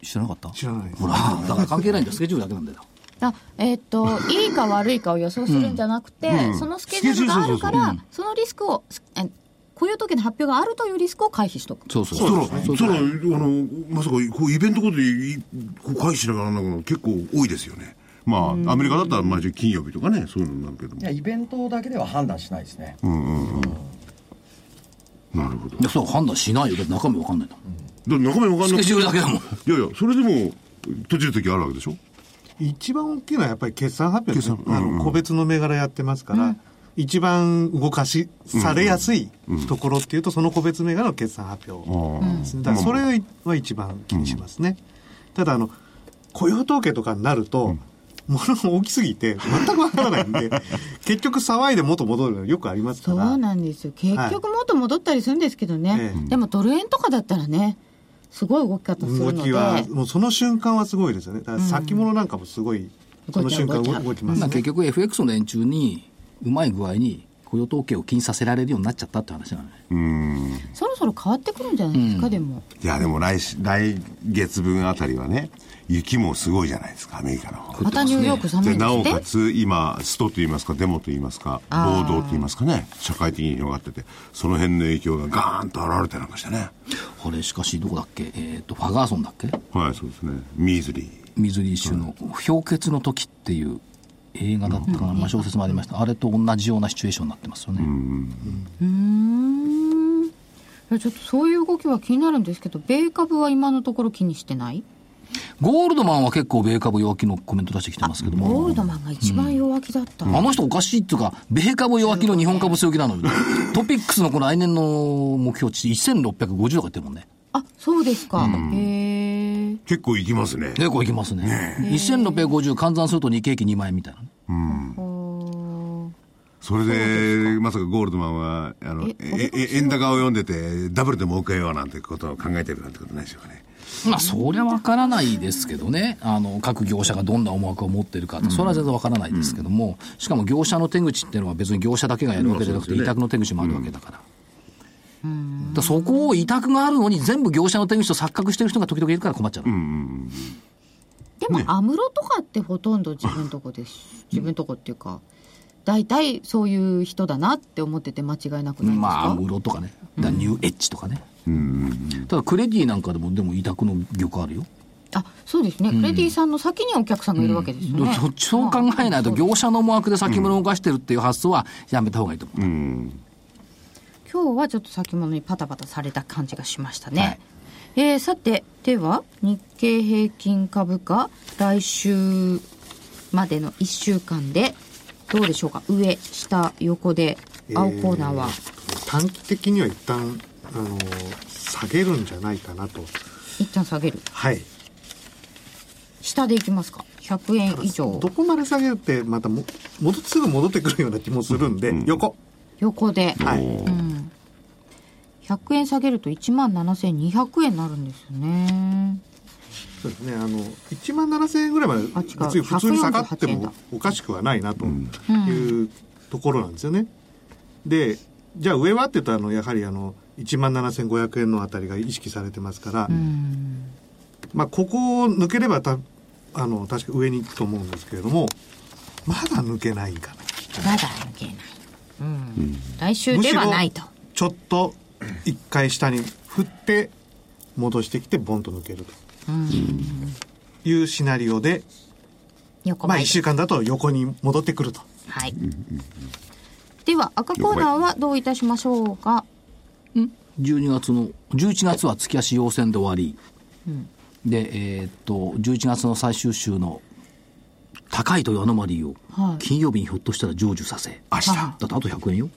[SPEAKER 2] 知らなかった
[SPEAKER 3] 知らないです
[SPEAKER 2] ほら、だから関係ないんだよ。スケジュールだけなんだよ。
[SPEAKER 1] あえっといいか悪いかを予想するんじゃなくて、そのスケジュールがあるから、そのリスクをえ雇用統計の発表があるというリスクを回避しとく
[SPEAKER 2] そうそう
[SPEAKER 5] そしたら、そしたら、あの、まさか、こう、イベントごとに、こう、回避しながらなくなる結構多いですよね。まあ、アメリカだったら毎週金曜日とかね、そういうのになるけども
[SPEAKER 4] いや、。イベントだけでは判断しないですね。
[SPEAKER 5] なるほど。
[SPEAKER 2] いや、そう、判断しないよ。だって中身わかんないんだもん。
[SPEAKER 5] だ中身わかん
[SPEAKER 2] ス
[SPEAKER 5] な
[SPEAKER 2] ケ
[SPEAKER 5] くて
[SPEAKER 2] ジュールだけだもん。
[SPEAKER 5] いやいや、それでも、閉じる時あるわけでしょ
[SPEAKER 3] 一番大きいのはやっぱり決算発表ですね
[SPEAKER 5] 決算うんうん
[SPEAKER 3] あの個別の銘柄やってますから、一番動かしされやすいところっていうと、その個別銘柄の決算発表ですね、だからそれは一番気にしますね、ただあの雇用統計とかになると、物が大きすぎて全くわからないん で結局騒いで元戻るのよくありますから
[SPEAKER 1] そうなんですよ結局もっと戻ったりするんですけどね、
[SPEAKER 3] はいええ
[SPEAKER 1] でもドル円とかだったらねすごい動き方するの
[SPEAKER 3] 動
[SPEAKER 1] で
[SPEAKER 3] きはもうその瞬間はすごいですよねだから先物なんかもすごい、その瞬間
[SPEAKER 1] 動いちゃう
[SPEAKER 3] 動きます
[SPEAKER 2] まあ
[SPEAKER 3] ね
[SPEAKER 2] 結局 FX の連中にうまい具合に雇用統計を気にさせられるようになっちゃったって話なのね。
[SPEAKER 1] そろそろ変わってくるんじゃないですか、でも
[SPEAKER 5] いや、でも来し、来月分あたりはね、雪もすごいじゃないですか、アメリカの方。
[SPEAKER 1] またニューヨーク寒い
[SPEAKER 5] で
[SPEAKER 1] んで
[SPEAKER 5] な
[SPEAKER 1] す
[SPEAKER 5] お
[SPEAKER 1] って
[SPEAKER 5] かつ今ストといいますかデモといいますか暴動といいますかね社会的に広がっててその辺の影響がガーンと現れてなんかしてね
[SPEAKER 2] あれ、しかしどこだっけえっ、と、ファガーソンだっけ
[SPEAKER 5] はいそうですねミーズリー
[SPEAKER 2] ミズリー州の氷結の時っていう映画だったかな、まあ小説もありました。あれと同じようなシチュエーションになってますよね。
[SPEAKER 1] うーんいやちょっとそういう動きは気になるんですけど米株は今のところ気にしてない
[SPEAKER 2] ゴールドマンは結構米株弱気のコメント出してきてますけど
[SPEAKER 1] ゴー
[SPEAKER 2] も。
[SPEAKER 1] ルドマンが一番弱気だった、
[SPEAKER 2] あの人おかしいっていうか、米株弱気の日本株強気なのに。トピックスのこの来年の目標値1650とか言ってるもんね。
[SPEAKER 1] あそうですか、へえ
[SPEAKER 5] 結構いきますね
[SPEAKER 2] 結構いきますね。1650換算すると日経平均2万円みたいなね。
[SPEAKER 5] それでまさかゴールドマンはあのええ円高を読んでてダブルでもう一回よなんてことを考えてるなんてことないでしょうかね
[SPEAKER 2] まあ、そりゃわからないですけどね。あの、各業者がどんな思惑を持ってるか、それは全然わからないですけども、しかも業者の手口っていうのは別に業者だけがやるわけじゃなくて、
[SPEAKER 5] うん
[SPEAKER 2] 委託の手口もあるわけだから。だからそこを委託があるのに全部業者の手口と錯覚してる人が時々いるから困っちゃうの、
[SPEAKER 1] でも安室とかってほとんど自分とこです自分とこっていうか大体そういう人だなって思ってて間違いなくないですか、
[SPEAKER 2] まあ、アムロとかね、だからニューエッジとかね。ただ、クレディなんかでも、でも委託の業界あるよ。
[SPEAKER 1] あそうですね、クレディさんの先にお客さんがいるわけですよね、
[SPEAKER 2] そそう考えないと、業者の思惑で先物を動かしてるっていう発想はやめた方がいいと思う。
[SPEAKER 1] 今日はちょっと先物にパタパタされた感じがしましたね、えーさてでは日経平均株価来週までの1週間でどうでしょうか上下横で青コーナーは、
[SPEAKER 3] えー短期的には一旦あの下げるんじゃないかなと
[SPEAKER 1] 一旦下げる
[SPEAKER 3] はい
[SPEAKER 1] 下でいきますか100円以上
[SPEAKER 3] どこまで下げるってまたも戻ってすぐ戻ってくるような気もするんで、横
[SPEAKER 1] 横で
[SPEAKER 3] はい
[SPEAKER 1] 100円下げると1万7200円になるんですよね
[SPEAKER 3] そうですねあの1万7000円ぐらいまで
[SPEAKER 1] あ違う
[SPEAKER 3] 別に普通に下がって
[SPEAKER 1] 148円だ
[SPEAKER 3] もおかしくはないなというところなんですよねでじゃあ上はって言ったらあのやはりあの1万7500円のあたりが意識されてますから、まあ、ここを抜ければたあの確か上に行くと思うんですけれどもまだ抜けないんかな
[SPEAKER 1] まだ抜けない、うん、来週ではないと
[SPEAKER 3] ちょっと一回下に振って戻してきてボンと抜けるというシナリオで、
[SPEAKER 1] 横
[SPEAKER 3] まあ
[SPEAKER 1] ば
[SPEAKER 3] 1
[SPEAKER 1] い
[SPEAKER 3] 週間だと横に戻ってくると
[SPEAKER 1] はい。では赤コーナーはどういたしましょうか。
[SPEAKER 2] 12月の、11月は月足要線で終わり、で、えーっと、11月の最終週の高いというアノマリーを、金曜日にひょっとしたら成就させ、明日だってあと100円よ。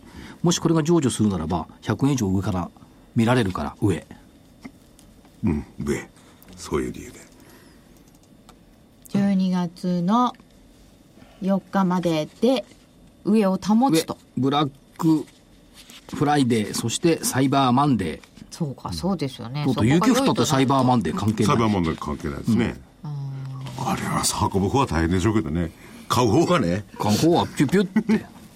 [SPEAKER 2] もしこれが成就するならば、100円以上上から見られるから、上。
[SPEAKER 5] うんでそういう理由で
[SPEAKER 1] 12月の4日までで上を保
[SPEAKER 2] 上
[SPEAKER 1] つと。
[SPEAKER 2] ブラックフライデー、そしてサイバーマンデー、
[SPEAKER 1] そうかそうですよね。
[SPEAKER 2] とう
[SPEAKER 1] そ
[SPEAKER 2] と
[SPEAKER 1] こ
[SPEAKER 2] う
[SPEAKER 1] が良い
[SPEAKER 2] 雪降った
[SPEAKER 1] な
[SPEAKER 2] とサイバーマンデー関係
[SPEAKER 5] サ
[SPEAKER 2] な
[SPEAKER 5] イバー
[SPEAKER 2] い。
[SPEAKER 5] 問題関係ないですね、あれはさ運ぶ方は大変でしょうけどね買う方がね
[SPEAKER 2] 観光はピュピュって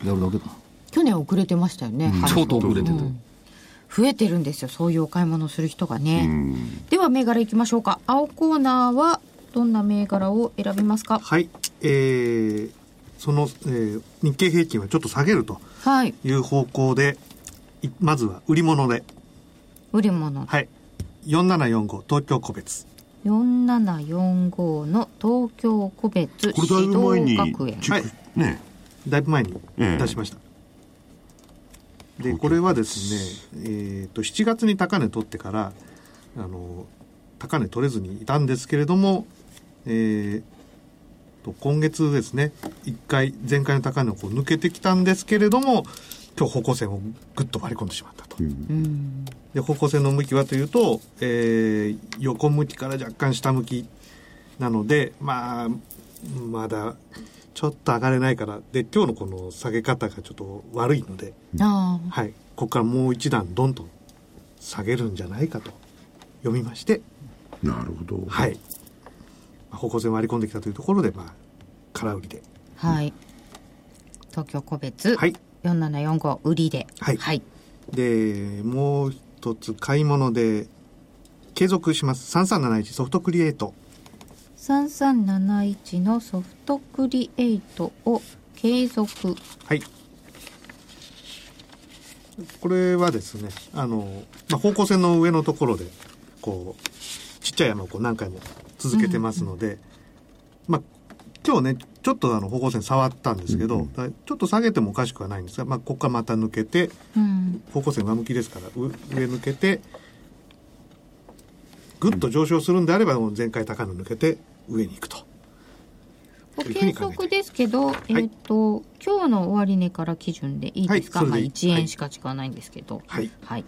[SPEAKER 2] やるだけだ。
[SPEAKER 1] 去年遅れてましたよね。春
[SPEAKER 2] ちょっと遅れてた。
[SPEAKER 1] 増えてるんですよそういうお買い物する人がね。では銘柄いきましょうか。青コーナーはどんな銘柄を選びますか。
[SPEAKER 3] はいえーその、えー日経平均はちょっと下げると
[SPEAKER 1] はい。
[SPEAKER 3] いう方向でいまずは売り物で
[SPEAKER 1] 売り物
[SPEAKER 3] はい4745東京個別
[SPEAKER 1] 4745の東京個別指
[SPEAKER 5] これだいぶ前
[SPEAKER 1] 導
[SPEAKER 5] に
[SPEAKER 1] 学園。
[SPEAKER 5] チェック
[SPEAKER 3] は
[SPEAKER 5] ね
[SPEAKER 3] だいぶ前に
[SPEAKER 5] ええ
[SPEAKER 3] 出しました、でこれはですね、えー、と7月に高値取ってからあの高値取れずにいたんですけれども、えー、と今月ですね一回前回の高値をこう抜けてきたんですけれども今日方向線をぐっと割り込んでしまったと、で方向線の向きはというと、えー横向きから若干下向きなのでまあまだちょっと上がれないからで今日のこの下げ方がちょっと悪いので、
[SPEAKER 1] ああ
[SPEAKER 3] はい、ここからもう一段どんと下げるんじゃないかと読みまして、
[SPEAKER 5] なるほど
[SPEAKER 3] はい、方向線割り込んできたというところで、まあ、空売りで、
[SPEAKER 1] はい。東京個別。
[SPEAKER 3] はい
[SPEAKER 1] 4745売りで。
[SPEAKER 3] はい
[SPEAKER 1] はい。
[SPEAKER 3] でもう一つ買い物で継続します3371ソフトクリエイト
[SPEAKER 1] 3371のソフトクリエイトを継続。
[SPEAKER 3] はい。これはですね、あの、まあ、方向線の上のところで、こう、ちっちゃい穴をこう何回も続けてますので、まあ、今日ね、ちょっとあの方向線触ったんですけど、だちょっと下げてもおかしくはないんですが、まあ、ここからまた抜けて、
[SPEAKER 1] うん。
[SPEAKER 3] 方向線上向きですから、う上抜けて、ぐっと上昇するんであれば、もう前回高値抜けて、上に行くと。
[SPEAKER 1] ご継続ですけど、えっと、今日の終値から基準でいいですか、
[SPEAKER 3] はいそ
[SPEAKER 1] まあ
[SPEAKER 3] れでいい
[SPEAKER 1] 1
[SPEAKER 3] は
[SPEAKER 1] 円
[SPEAKER 3] い
[SPEAKER 1] しか違わないんですけど。
[SPEAKER 3] はい。
[SPEAKER 1] はい。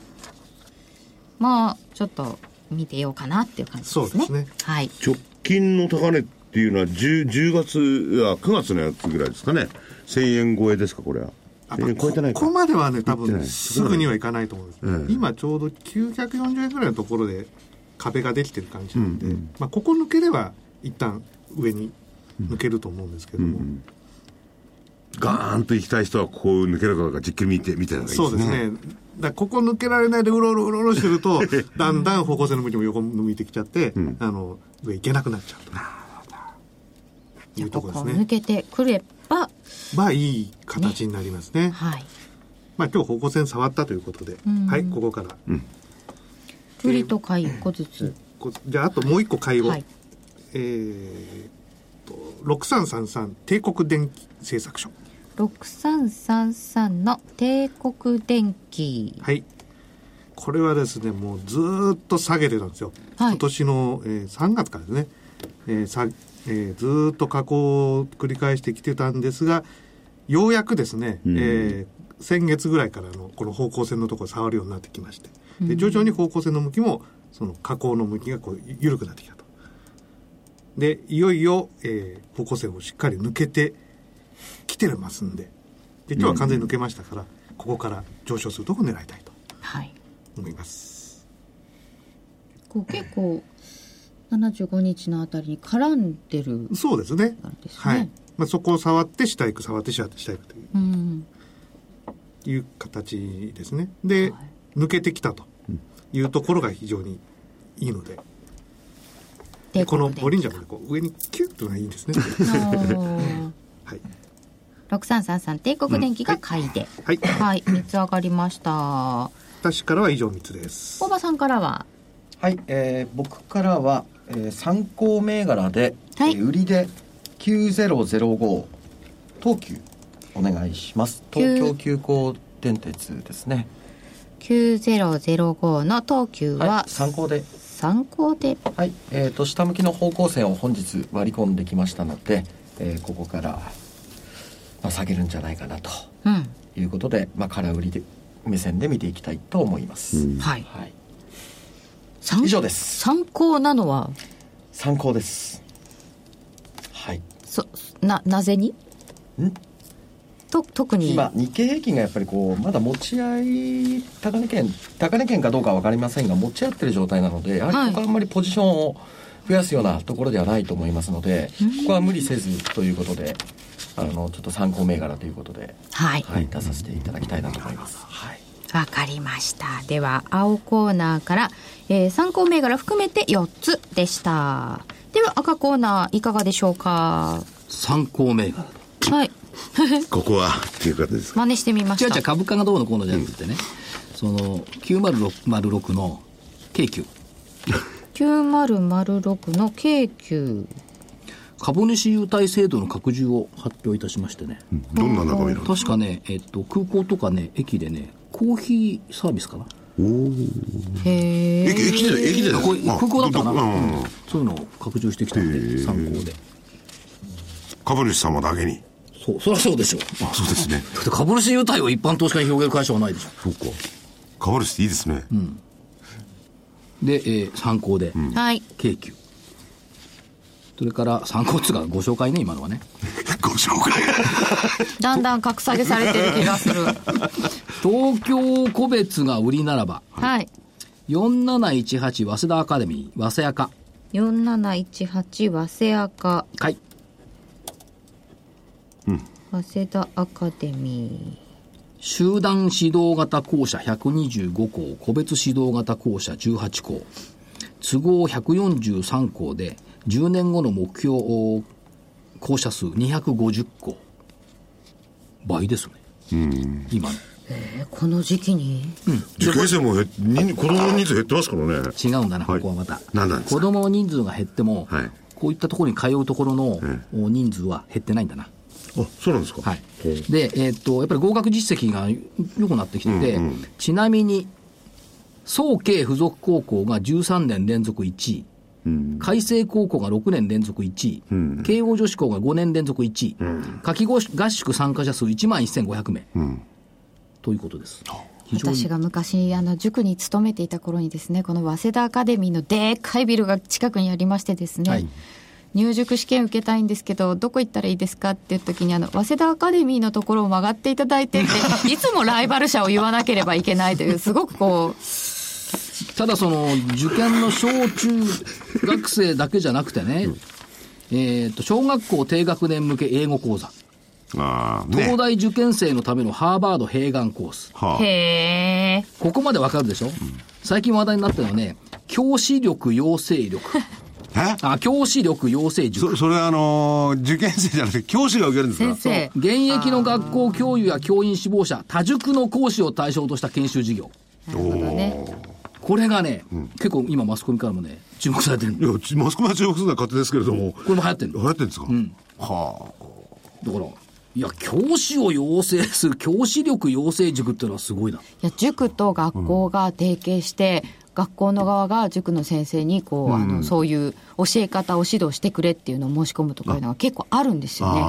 [SPEAKER 1] まあ、ちょっと見てようかなっていう感じですね。
[SPEAKER 3] そうですね
[SPEAKER 1] はい。
[SPEAKER 5] 直近の高値っていうのは 10, 10月あ9月のやつぐらいですかね1000円超えですかこれは
[SPEAKER 3] あ
[SPEAKER 5] 1000円超えてないか
[SPEAKER 3] ここまではね多
[SPEAKER 5] 行ってな
[SPEAKER 3] 分
[SPEAKER 5] い
[SPEAKER 3] すぐにはいかないと思うんです、
[SPEAKER 5] ええ
[SPEAKER 3] 今ちょうど940円ぐらいのところで壁ができてる感じなんで、まあ、ここ抜ければ一旦上に抜けると思うんですけども、
[SPEAKER 5] ガーンと行きたい人はここを抜けるかどうかじっくり見て、見てたらいいですね。
[SPEAKER 3] そうですね。だからここ抜けられないでうろうろうろうろしてると、だんだん方向性の向きも横向いてきちゃって、あの、上行けなくなっちゃうと。いうとこ
[SPEAKER 1] こ
[SPEAKER 3] で
[SPEAKER 1] こ
[SPEAKER 3] す
[SPEAKER 1] を抜
[SPEAKER 3] ね。
[SPEAKER 1] けてくれば、
[SPEAKER 3] まあ、いい形になりますね。
[SPEAKER 1] はい。
[SPEAKER 3] まあ、今日方向線触ったということで、はい、ここから。
[SPEAKER 1] 売りと買い1個ずつ。
[SPEAKER 3] こじゃあ、あともう一個会を。
[SPEAKER 1] はい
[SPEAKER 3] えーっと、6333帝国電気製作所。
[SPEAKER 1] 6333の帝国電機。
[SPEAKER 3] はい。これはですね、もうずーっと下げてたんですよ。
[SPEAKER 1] はい
[SPEAKER 3] 今年の、えー3月からですね、えーさえーずーっと下降を繰り返してきてたんですが、ようやくですね、えー先月ぐらいからのこの方向線のところ触るようになってきまして、で徐々に方向線の向きも、その下降の向きがこう緩くなってきたと。で、いよいよ、えー方向線をしっかり抜けてきてますんで、で今日は完全に抜けましたから、ここから上昇するところを狙いたいと。
[SPEAKER 1] はい。
[SPEAKER 3] 思います。
[SPEAKER 1] こう結構、75日のあたりに絡んでる。
[SPEAKER 3] そうですね。
[SPEAKER 1] ですね
[SPEAKER 3] はい。まあ、そこを触って下行く、触って下下行くという
[SPEAKER 1] うん。
[SPEAKER 3] いう形ですね。で、抜けてきたというところが非常にいいので、
[SPEAKER 1] 帝
[SPEAKER 3] この
[SPEAKER 1] 国電
[SPEAKER 3] ボリンジャーのこう上にキュッというのがいいんですね。
[SPEAKER 1] 機。の
[SPEAKER 3] はい。
[SPEAKER 1] 6333帝国電機が買いで。
[SPEAKER 3] はい。
[SPEAKER 1] はい、3つ上がりました。
[SPEAKER 3] 私からは以上3つです
[SPEAKER 1] 大。場さんからは、
[SPEAKER 4] はい、えー僕からは、えー参考銘柄で、
[SPEAKER 1] はい
[SPEAKER 4] えー売りで9005東急お願いします東京急行電鉄ですね
[SPEAKER 1] 9005の東急は
[SPEAKER 4] はい、参考で
[SPEAKER 1] 参考で、
[SPEAKER 4] はい、えー、と下向きの方向線を本日割り込んできましたので、えーここから、まあ、下げるんじゃないかなと
[SPEAKER 1] うん、
[SPEAKER 4] いうことで、まあ、空売りで目線で見ていきたいと思います、
[SPEAKER 1] はい。
[SPEAKER 4] はい、
[SPEAKER 1] 参
[SPEAKER 4] 以上です
[SPEAKER 1] 参考なのは、
[SPEAKER 4] 参考ですはい
[SPEAKER 1] そ、な、なぜに
[SPEAKER 4] ん
[SPEAKER 1] と、特に、
[SPEAKER 4] 今日経平均がやっぱりこうまだ持ち合い高値圏高値圏かどうかは分かりませんが持ち合ってる状態なのでやは
[SPEAKER 1] は
[SPEAKER 4] り
[SPEAKER 1] い
[SPEAKER 4] ここはあんまりポジションを増やすようなところではないと思いますので、ここは無理せずということであのちょっと参考銘柄ということで、
[SPEAKER 1] はい。
[SPEAKER 4] はい、出させていただきたいなと思います、はい、
[SPEAKER 1] わかりました。では、青コーナーから、えー参考銘柄含めて4つでした。では、赤コーナーいかがでしょうか
[SPEAKER 2] 参考銘柄
[SPEAKER 1] はい。
[SPEAKER 5] ここは、っていう形ですか。
[SPEAKER 1] 真似してみまし
[SPEAKER 2] 違う
[SPEAKER 1] た。
[SPEAKER 2] 違う株価がどうのこうのじゃなくてね、その9006の京急
[SPEAKER 1] 9006の京急。
[SPEAKER 2] 株主優待制度の拡充を発表いたしましてね、
[SPEAKER 5] どんな中身なの
[SPEAKER 2] 確かね、えっと、空港とかね駅でねコーヒーサービスかな、
[SPEAKER 1] へえ。
[SPEAKER 5] 駅、駅で、駅で。
[SPEAKER 2] あこれ空港だったかな、
[SPEAKER 5] どどう
[SPEAKER 2] うん
[SPEAKER 5] ん
[SPEAKER 2] そういうのを拡充してきたんで参考で
[SPEAKER 5] 株主様だけに。
[SPEAKER 2] そうそりゃそうでしょう
[SPEAKER 5] あ、そうですね。
[SPEAKER 2] だって株主優待を一般投資家に広げる会社はないでしょ
[SPEAKER 5] そうか。株主っていいですね。
[SPEAKER 2] で、えー参考で、
[SPEAKER 1] はい。
[SPEAKER 2] 京急それから参考っつうかご紹介ね今のはね
[SPEAKER 5] ご紹介。
[SPEAKER 1] だんだん格下げされてる気がす る。
[SPEAKER 2] 東京個別が売りならば
[SPEAKER 1] はい。
[SPEAKER 2] 4718早稲田アカデミー早稲赤
[SPEAKER 1] 4718早稲赤
[SPEAKER 2] 買い
[SPEAKER 1] 早稲田アカデミ
[SPEAKER 2] 集団指導型校舎125校個別指導型校舎18校都合143校で10年後の目標お校舎数250校倍ですね今ね
[SPEAKER 1] ーえこの時期に
[SPEAKER 5] 受験生も減っに子供の人数減ってますからね。
[SPEAKER 2] 違うんだな、
[SPEAKER 5] はい
[SPEAKER 2] ここはまた
[SPEAKER 5] 何なんです
[SPEAKER 2] 子
[SPEAKER 5] か
[SPEAKER 2] 供の人数が減っても、
[SPEAKER 5] はい
[SPEAKER 2] こういったところに通うところの
[SPEAKER 5] え
[SPEAKER 2] お人数は減ってないんだな
[SPEAKER 5] あ、そうなんですか。
[SPEAKER 2] はい
[SPEAKER 5] ほう、
[SPEAKER 2] で、えーっとやっぱり合格実績が良くなってきてて、ちなみに総慶附属高校が13年連続1位海星高校が6年連続1位、慶応女子校が5年連続1位、夏季合宿参加者数1万1500名、ということです非常
[SPEAKER 6] 私
[SPEAKER 2] に
[SPEAKER 6] が昔あの塾に勤めていた頃にですねこの早稲田アカデミーのでっかいビルが近くにありましてですね、
[SPEAKER 2] はい
[SPEAKER 6] 入塾試験受けたいんですけどどこ行ったらいいですかっていう時にあの早稲田アカデミーのところを曲がっていただいてっていつもライバル社を言わなければいけないというすごくこう
[SPEAKER 2] ただその、受験の小中学生だけじゃなくてね、えっと、小学校低学年向け英語講座、
[SPEAKER 5] ああ、ね。
[SPEAKER 2] 東大受験生のためのハーバード併願コース。
[SPEAKER 5] はあ、
[SPEAKER 6] へえ。
[SPEAKER 2] ここまでわかるでしょ、最近話題になったのはね、教師力養成力。
[SPEAKER 5] え
[SPEAKER 2] あ、教師力養成塾。
[SPEAKER 5] そそれはあのー受験生じゃなくて教師が受けるんですか
[SPEAKER 6] 先生。
[SPEAKER 2] 現役の学校教諭や教員志望者、多塾の講師を対象とした研修事業。
[SPEAKER 6] なるほどね。
[SPEAKER 2] これがね、結構今マスコミからもね、注目されてるの
[SPEAKER 5] いやちマスコミが注目するのは勝手ですけれども、
[SPEAKER 2] これも流行ってる
[SPEAKER 5] 流
[SPEAKER 2] の
[SPEAKER 5] 行ってんですか、
[SPEAKER 2] ん
[SPEAKER 5] はあ。
[SPEAKER 2] だから、いや、教師を養成する、教師力養成塾ってのはすごいな。
[SPEAKER 1] いや塾と学校が提携して、学校の側が塾の先生にこう、あのそういう教え方を指導してくれっていうのを申し込むとかいうのが結構あるんですよね。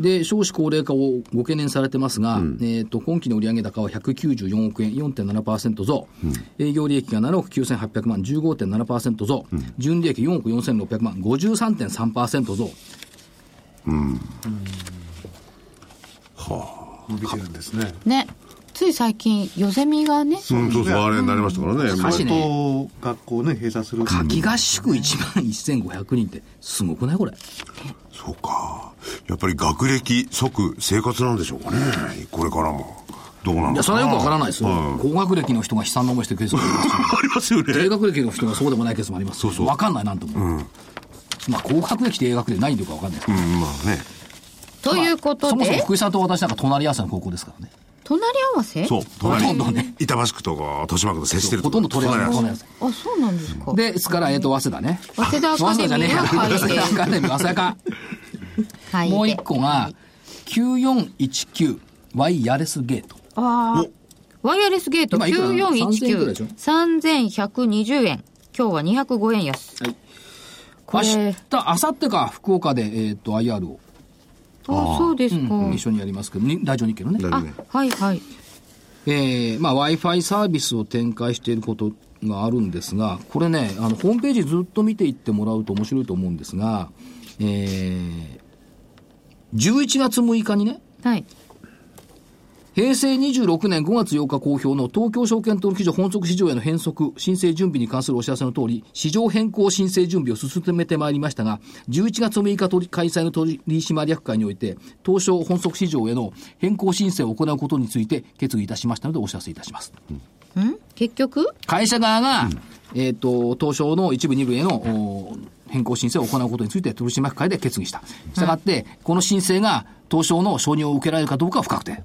[SPEAKER 2] で、少子高齢化をご懸念されてますが、えっ、と、今期の売上高は194億円、4.7%増、営業利益が7億9800万、15.7%増、純利益4億4600万、53.3%増。
[SPEAKER 3] 伸びてるんですね。
[SPEAKER 1] ねつい最近ヨゼミがね
[SPEAKER 5] うんそうそう、あれになりましたからね。
[SPEAKER 2] かし
[SPEAKER 3] 相
[SPEAKER 2] ね
[SPEAKER 3] 当学校ね、閉鎖する。
[SPEAKER 2] 夏季合宿1万1500人って、すごくないこれ。
[SPEAKER 5] そうか。やっぱり学歴、即、生活なんでしょうかね。これからも。どうなん
[SPEAKER 2] い
[SPEAKER 5] で
[SPEAKER 2] や、
[SPEAKER 5] す
[SPEAKER 2] そ
[SPEAKER 5] か
[SPEAKER 2] れはよくわからないですよ。
[SPEAKER 5] は
[SPEAKER 2] 高学歴の人が悲惨な思いしてるケースもありますし
[SPEAKER 5] ありますよ
[SPEAKER 2] 低
[SPEAKER 5] ね。
[SPEAKER 2] 学歴の人がそうでもないケースもあります。
[SPEAKER 5] そうそう
[SPEAKER 2] わかんない、なんとも。まあ、高学歴低学歴ないんでいうかわかんない。
[SPEAKER 5] うん、まあね。
[SPEAKER 1] ということ
[SPEAKER 2] そもそも
[SPEAKER 1] で
[SPEAKER 2] 福井さんと私なんか隣り合わせの高校ですからね。
[SPEAKER 1] 隣り合わせ
[SPEAKER 5] そう、隣
[SPEAKER 2] ほとんどね
[SPEAKER 5] 板橋区とか豊島区と接してる
[SPEAKER 2] ほとんど
[SPEAKER 5] こ
[SPEAKER 2] 隣り合わせ。隣り合わせ
[SPEAKER 1] あそうなんですか
[SPEAKER 2] ですから、えっ、と、早稲田ね。
[SPEAKER 1] 早稲田アカ
[SPEAKER 2] 早
[SPEAKER 1] デミーは
[SPEAKER 2] 稲田じゃねえや
[SPEAKER 1] 会
[SPEAKER 2] 早稲田アカデミー、早稲田
[SPEAKER 1] は
[SPEAKER 2] か。
[SPEAKER 1] い
[SPEAKER 2] もう一個が、9419Y ヤレスゲート。
[SPEAKER 1] あーワイヤレスゲート
[SPEAKER 2] 今いくらなの3000いくらでしょ
[SPEAKER 1] 9419 3120円今日は205円安こ
[SPEAKER 2] 明
[SPEAKER 1] れ
[SPEAKER 2] 日、明後日か、福岡で、えっ、と、IR を、
[SPEAKER 1] あそうですか、
[SPEAKER 2] うん一緒にやりますけど、にラジオ日経のね。
[SPEAKER 5] だよ
[SPEAKER 1] あ
[SPEAKER 5] ね
[SPEAKER 1] はいはい
[SPEAKER 2] えーまあ、Wi-Fi サービスを展開していることがあるんですが、これね、あのホームページずっと見ていってもらうと面白いと思うんですが、えー、11月6日にね、
[SPEAKER 1] はい
[SPEAKER 2] 平成26年5月8日公表の東京証券取引所本則市場への変則申請準備に関するお知らせの通り、市場変更申請準備を進めてまいりましたが、11月6日取り開催の取締役会において、東証本則市場への変更申請を行うことについて決議いたしましたのでお知らせいたします。
[SPEAKER 1] ん結局
[SPEAKER 2] 会社側が、えっ、と、東証の一部二部への、お変更申請を行うことについて取締役会で決議した。したがって、この申請が東証の承認を受けられるかどうかは不確定。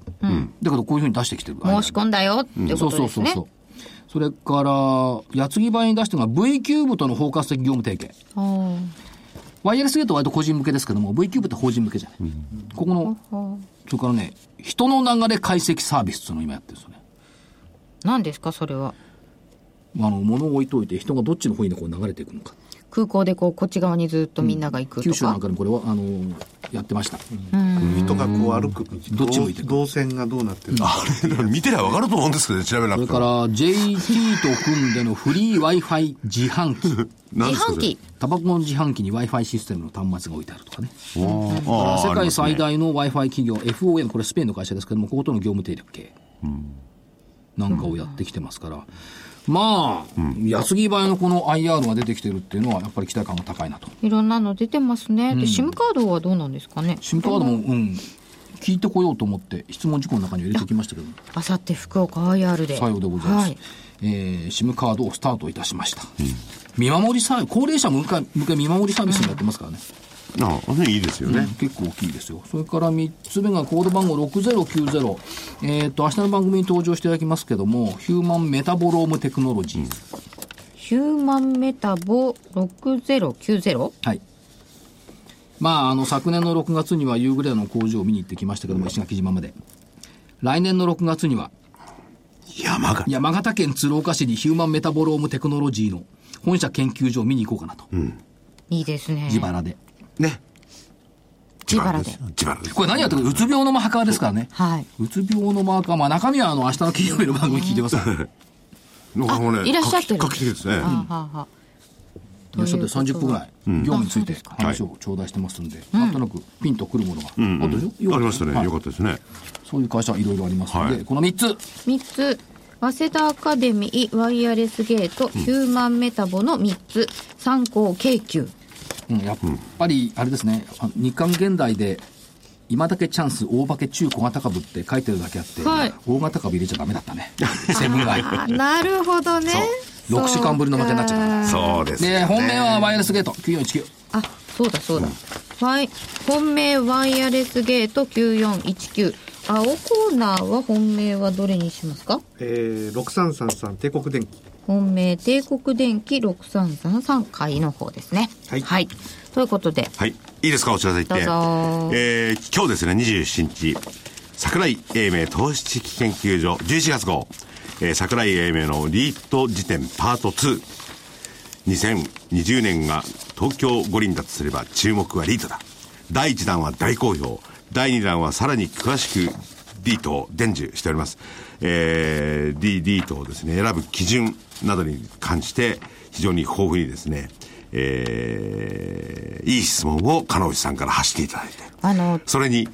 [SPEAKER 2] だけど、こういうふうに出してきてる。
[SPEAKER 1] 申し込んだよって
[SPEAKER 2] そ
[SPEAKER 1] こ
[SPEAKER 2] うそ
[SPEAKER 1] と
[SPEAKER 2] う
[SPEAKER 1] です
[SPEAKER 2] そう
[SPEAKER 1] ね
[SPEAKER 2] そう。それから、矢継ぎ早に出したのが V キューブとの包括的業務提携。
[SPEAKER 1] あー
[SPEAKER 2] ワイヤレスゲートは割と個人向けですけども、V キューブって法人向けじゃない。ここの、それからね、人の流れ解析サービスっていうのを今やってるんですよね。
[SPEAKER 1] 何ですかそれは
[SPEAKER 2] あの、物を置いといて人がどっちの方にこう流れていくのか。
[SPEAKER 1] 空港でこうこっち側にずっとみんなが行くと
[SPEAKER 2] 九州
[SPEAKER 1] か、
[SPEAKER 2] なんかでもこれは、あのやってました。
[SPEAKER 3] 人がこう歩く道
[SPEAKER 2] どっち向いてる
[SPEAKER 3] 動線がどうなってるか。
[SPEAKER 5] あれ、だから見てりゃわかると思うんですけどね、調べな
[SPEAKER 2] それ
[SPEAKER 5] くて
[SPEAKER 2] か
[SPEAKER 5] も。
[SPEAKER 2] ら JT と組んでのフリー Wi-Fi 自販機。
[SPEAKER 5] 何です
[SPEAKER 1] 自
[SPEAKER 5] か
[SPEAKER 1] 販機
[SPEAKER 2] タバコの自販機に Wi-Fi システムの端末が置いてあるとかね。
[SPEAKER 5] それあー
[SPEAKER 2] 世
[SPEAKER 5] あり
[SPEAKER 2] 界
[SPEAKER 5] ますね
[SPEAKER 2] 最大の Wi-Fi 企業 FOM、これスペインの会社ですけども、こことの業務提携なんかをやってきてますから、まあ、安木映えのこの IR が出てきてるっていうのは、やっぱり期待感が高いなと。
[SPEAKER 1] いろんなの出てますね、で SIM カードはどうなんですかね
[SPEAKER 2] シムカードも、うん、聞いてこようと思って、質問事項の中に入れておきましたけども、
[SPEAKER 1] あさって福岡 IR で
[SPEAKER 2] さようでございます。
[SPEAKER 1] はい
[SPEAKER 2] えー、SIM カードをスタートいたしました。見守りサービス、高齢者向け向け見守りサービスになってますからね。
[SPEAKER 5] ああ、ね、いいですよね。
[SPEAKER 2] 結構大きいですよ。それから3つ目がコード番号6090。えっ、と、明日の番組に登場していただきますけども、ヒューマンメタボロームテクノロジーズ。
[SPEAKER 1] ヒューマンメタボ6090
[SPEAKER 2] はい。まあ、あの、昨年の6月には夕暮れの工場を見に行ってきましたけども、石垣島まで。来年の6月には、
[SPEAKER 5] 山が。
[SPEAKER 2] 山形県鶴岡市にヒューマンメタボロームテクノロジーの本社研究所を見に行こうかなと。
[SPEAKER 1] いいですね
[SPEAKER 2] 自腹で。
[SPEAKER 5] ね。
[SPEAKER 1] 自腹で。
[SPEAKER 5] 自腹で。
[SPEAKER 2] これ何やってるか、うつ病のマーカーですからね。
[SPEAKER 1] はいう
[SPEAKER 2] つ病のマーカー、まあ中身はあの、明日の金曜日の番組聞いてください。
[SPEAKER 5] なんかもうね
[SPEAKER 1] いらっしゃってる
[SPEAKER 5] 画期的ですね。
[SPEAKER 1] はあはあはあ
[SPEAKER 2] いらっしゃって30分ぐらい、業務について話を頂戴してますんで、なんとなくピンとくるものが、あったでしょ
[SPEAKER 5] ありましたね。
[SPEAKER 2] はい
[SPEAKER 5] よかったですね。
[SPEAKER 2] そういう会社はいろいろありますので、
[SPEAKER 5] はい
[SPEAKER 2] この3つ、
[SPEAKER 1] 3つ早稲田アカデミー、ワイヤレスゲート、ヒューマンメタボの3つ、参考京急。
[SPEAKER 2] うん、やっぱり、あれですね、あ日韓現代で、今だけチャンス、大化け中小型株って書いてるだけあって、
[SPEAKER 1] はい
[SPEAKER 2] 大型株入れちゃダメだった ね。セブンアイ。
[SPEAKER 1] あなるほどね。
[SPEAKER 2] そう6週間ぶりの負けになっちゃった
[SPEAKER 1] た。
[SPEAKER 5] そうです
[SPEAKER 2] で、
[SPEAKER 5] ね。
[SPEAKER 2] 本命はワイヤレスゲート、9419。
[SPEAKER 1] あ、そうだそうだ。ワイ本命ワイヤレスゲート9419。青コーナーは本命はどれにしますか
[SPEAKER 3] えー、6333帝国電機
[SPEAKER 1] 本命帝国電機6333回の方ですね。
[SPEAKER 3] はい
[SPEAKER 1] ということで、
[SPEAKER 5] はい。いいですかお知らせ言って。
[SPEAKER 1] どうぞ
[SPEAKER 5] えー今日ですね、27日、桜井英明投資知識研究所11月号、えー桜井英明のリート辞典パート2。2020年が東京五輪だとすれば注目はリートだ。第1弾は大好評。第2弾はさらに詳しくリートを伝授しております。えー、リリートをですね、選ぶ基準などに関して非常に豊富にですね、えー、いい質問を金内さんから発していただいて。
[SPEAKER 1] あの、
[SPEAKER 5] それに、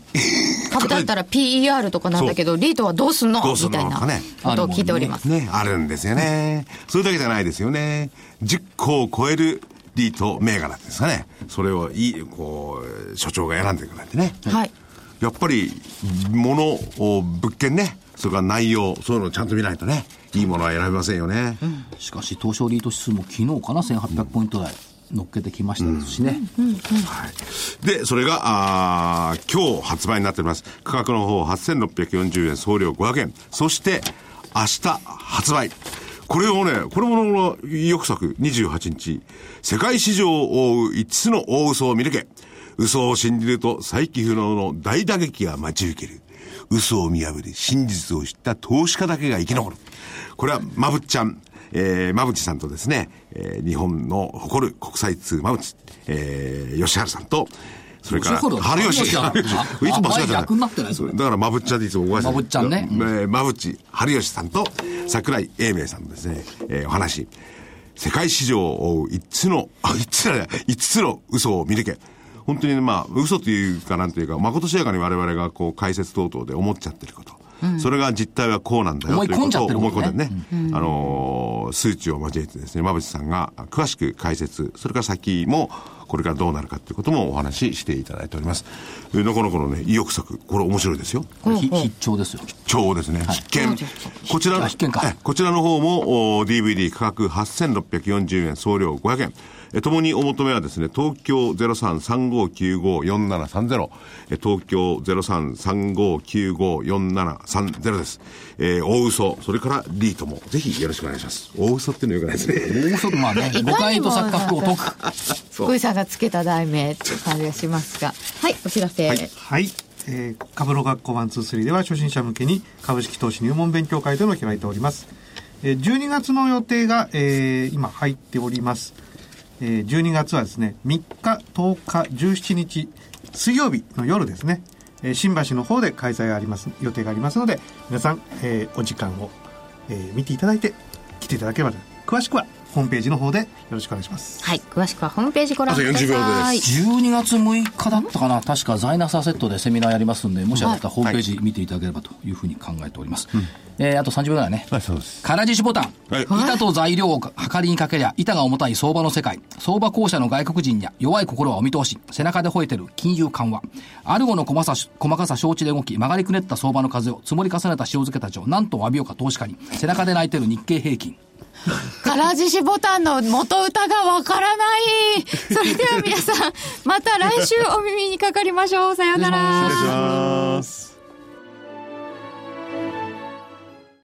[SPEAKER 1] 株だったら PER とかなんだけど、リートはどうすんの
[SPEAKER 5] どうす
[SPEAKER 1] み
[SPEAKER 5] んの
[SPEAKER 1] たいな
[SPEAKER 5] かね
[SPEAKER 1] ことを聞いております。
[SPEAKER 5] ね、あるんですよね。それだけじゃないですよね。10個を超えるリート銘柄ですかね。それをいい、こう、所長が選んでくれてね。
[SPEAKER 1] はい。
[SPEAKER 5] やっぱり、物を、物件ね、それから内容、そういうのをちゃんと見ないとね、いいものは選べませんよね。
[SPEAKER 2] しかし、東証リート指数も昨日かな、1800ポイント台乗っけてきましたですしね。
[SPEAKER 5] はい。で、それが、あー今日発売になっております。価格の方、8640円、送料500円。そして、明日発売。これをね、これもの翌作、28日、世界市場を覆う5つの大嘘を見抜け。嘘を信じると再起不能の大打撃が待ち受ける。嘘を見破り、真実を知った投資家だけが生き残る。これは、まぶっちゃん、えー、まぶちさんとですね、えー日本の誇る国際通まぶち、えー、吉原さんと、それから、
[SPEAKER 2] 吉原
[SPEAKER 5] 春吉。
[SPEAKER 2] 春吉
[SPEAKER 5] 春吉
[SPEAKER 2] だ
[SPEAKER 5] いつも間違
[SPEAKER 2] あ
[SPEAKER 5] え
[SPEAKER 2] 役になってないそれ
[SPEAKER 5] だから、まぶっちゃんでいつもお会いして
[SPEAKER 2] ま
[SPEAKER 5] る
[SPEAKER 2] ぶっちゃんね
[SPEAKER 5] えーまぶっち、春吉さんと、桜井英明さんのですね、えーお話。世界市場を追う5つの、あ、5つじゃない、5つの嘘を見抜け。本当にねまあ、嘘というかなんというか、まことしやかに我々がこう解説等々で思っちゃってること。それが実態はこうなんだよ
[SPEAKER 2] 思
[SPEAKER 5] と
[SPEAKER 2] い
[SPEAKER 5] いう
[SPEAKER 2] 込ん
[SPEAKER 5] こ
[SPEAKER 2] じゃ
[SPEAKER 5] と
[SPEAKER 2] っ
[SPEAKER 5] を
[SPEAKER 2] てる
[SPEAKER 5] 思
[SPEAKER 2] こ
[SPEAKER 5] い
[SPEAKER 2] と
[SPEAKER 5] 込
[SPEAKER 2] ね
[SPEAKER 5] んでね、あのー数値を交えてですね、馬渕さんが詳しく解説、それから先も、これからどうなるかということもお話ししていただいております。えーなかなかのね、意欲作、これ面白いですよ。
[SPEAKER 2] これひ必聴ですよ。
[SPEAKER 5] 超ですね、必見。こちらの、
[SPEAKER 2] あ必見か
[SPEAKER 5] えこちらの方も、お DVD 価格8640円、送料500円。え、ともにお求めはですね、東京0335954730、え、東京0335954730です。えー大嘘、それからリートも、ぜひよろしくお願いします。大嘘っていうのよくないですね。
[SPEAKER 2] 大嘘まあ ね、誤解と錯覚を解く。
[SPEAKER 1] 福井さんがつけた題名って感じがしますが。はい、お知らせ。
[SPEAKER 3] はい、えー株の学校123では初心者向けに株式投資入門勉強会というのを開いております、えー12月の予定が、えー今入っております、えー12月はですね3日10日17日水曜日の夜ですね、えー新橋の方で開催があります予定がありますので皆さん、えーお時間を、えー見ていただいて来ていただければと詳しくはホームページの方でよろしくお願いします
[SPEAKER 1] はい、詳しくはホームページご覧ください。
[SPEAKER 5] あと40秒で
[SPEAKER 2] 12月6日だったかな、確かザイナスアセットでセミナーやりますんで、もしあったらホームページ見ていただければというふうに考えております。えーあと30秒ぐらいね。
[SPEAKER 5] そうです。
[SPEAKER 2] 空獅子ボタン、
[SPEAKER 5] はい
[SPEAKER 2] 板と材料をはかりにかけりゃ板が重たい相場の世界相場校舎の外国人や弱い心はお見通し背中で吠えてる金融緩和アルゴの細さ細かさ承知で動き曲がりくねった相場の風を積もり重ねた塩漬けたちをなんと詫びようか投資家に背中で泣いてる日経平均
[SPEAKER 1] からじしボタンの元歌がわからない。それでは皆さん、また来週お耳にかかりましょう。さようなら。
[SPEAKER 5] お願いします。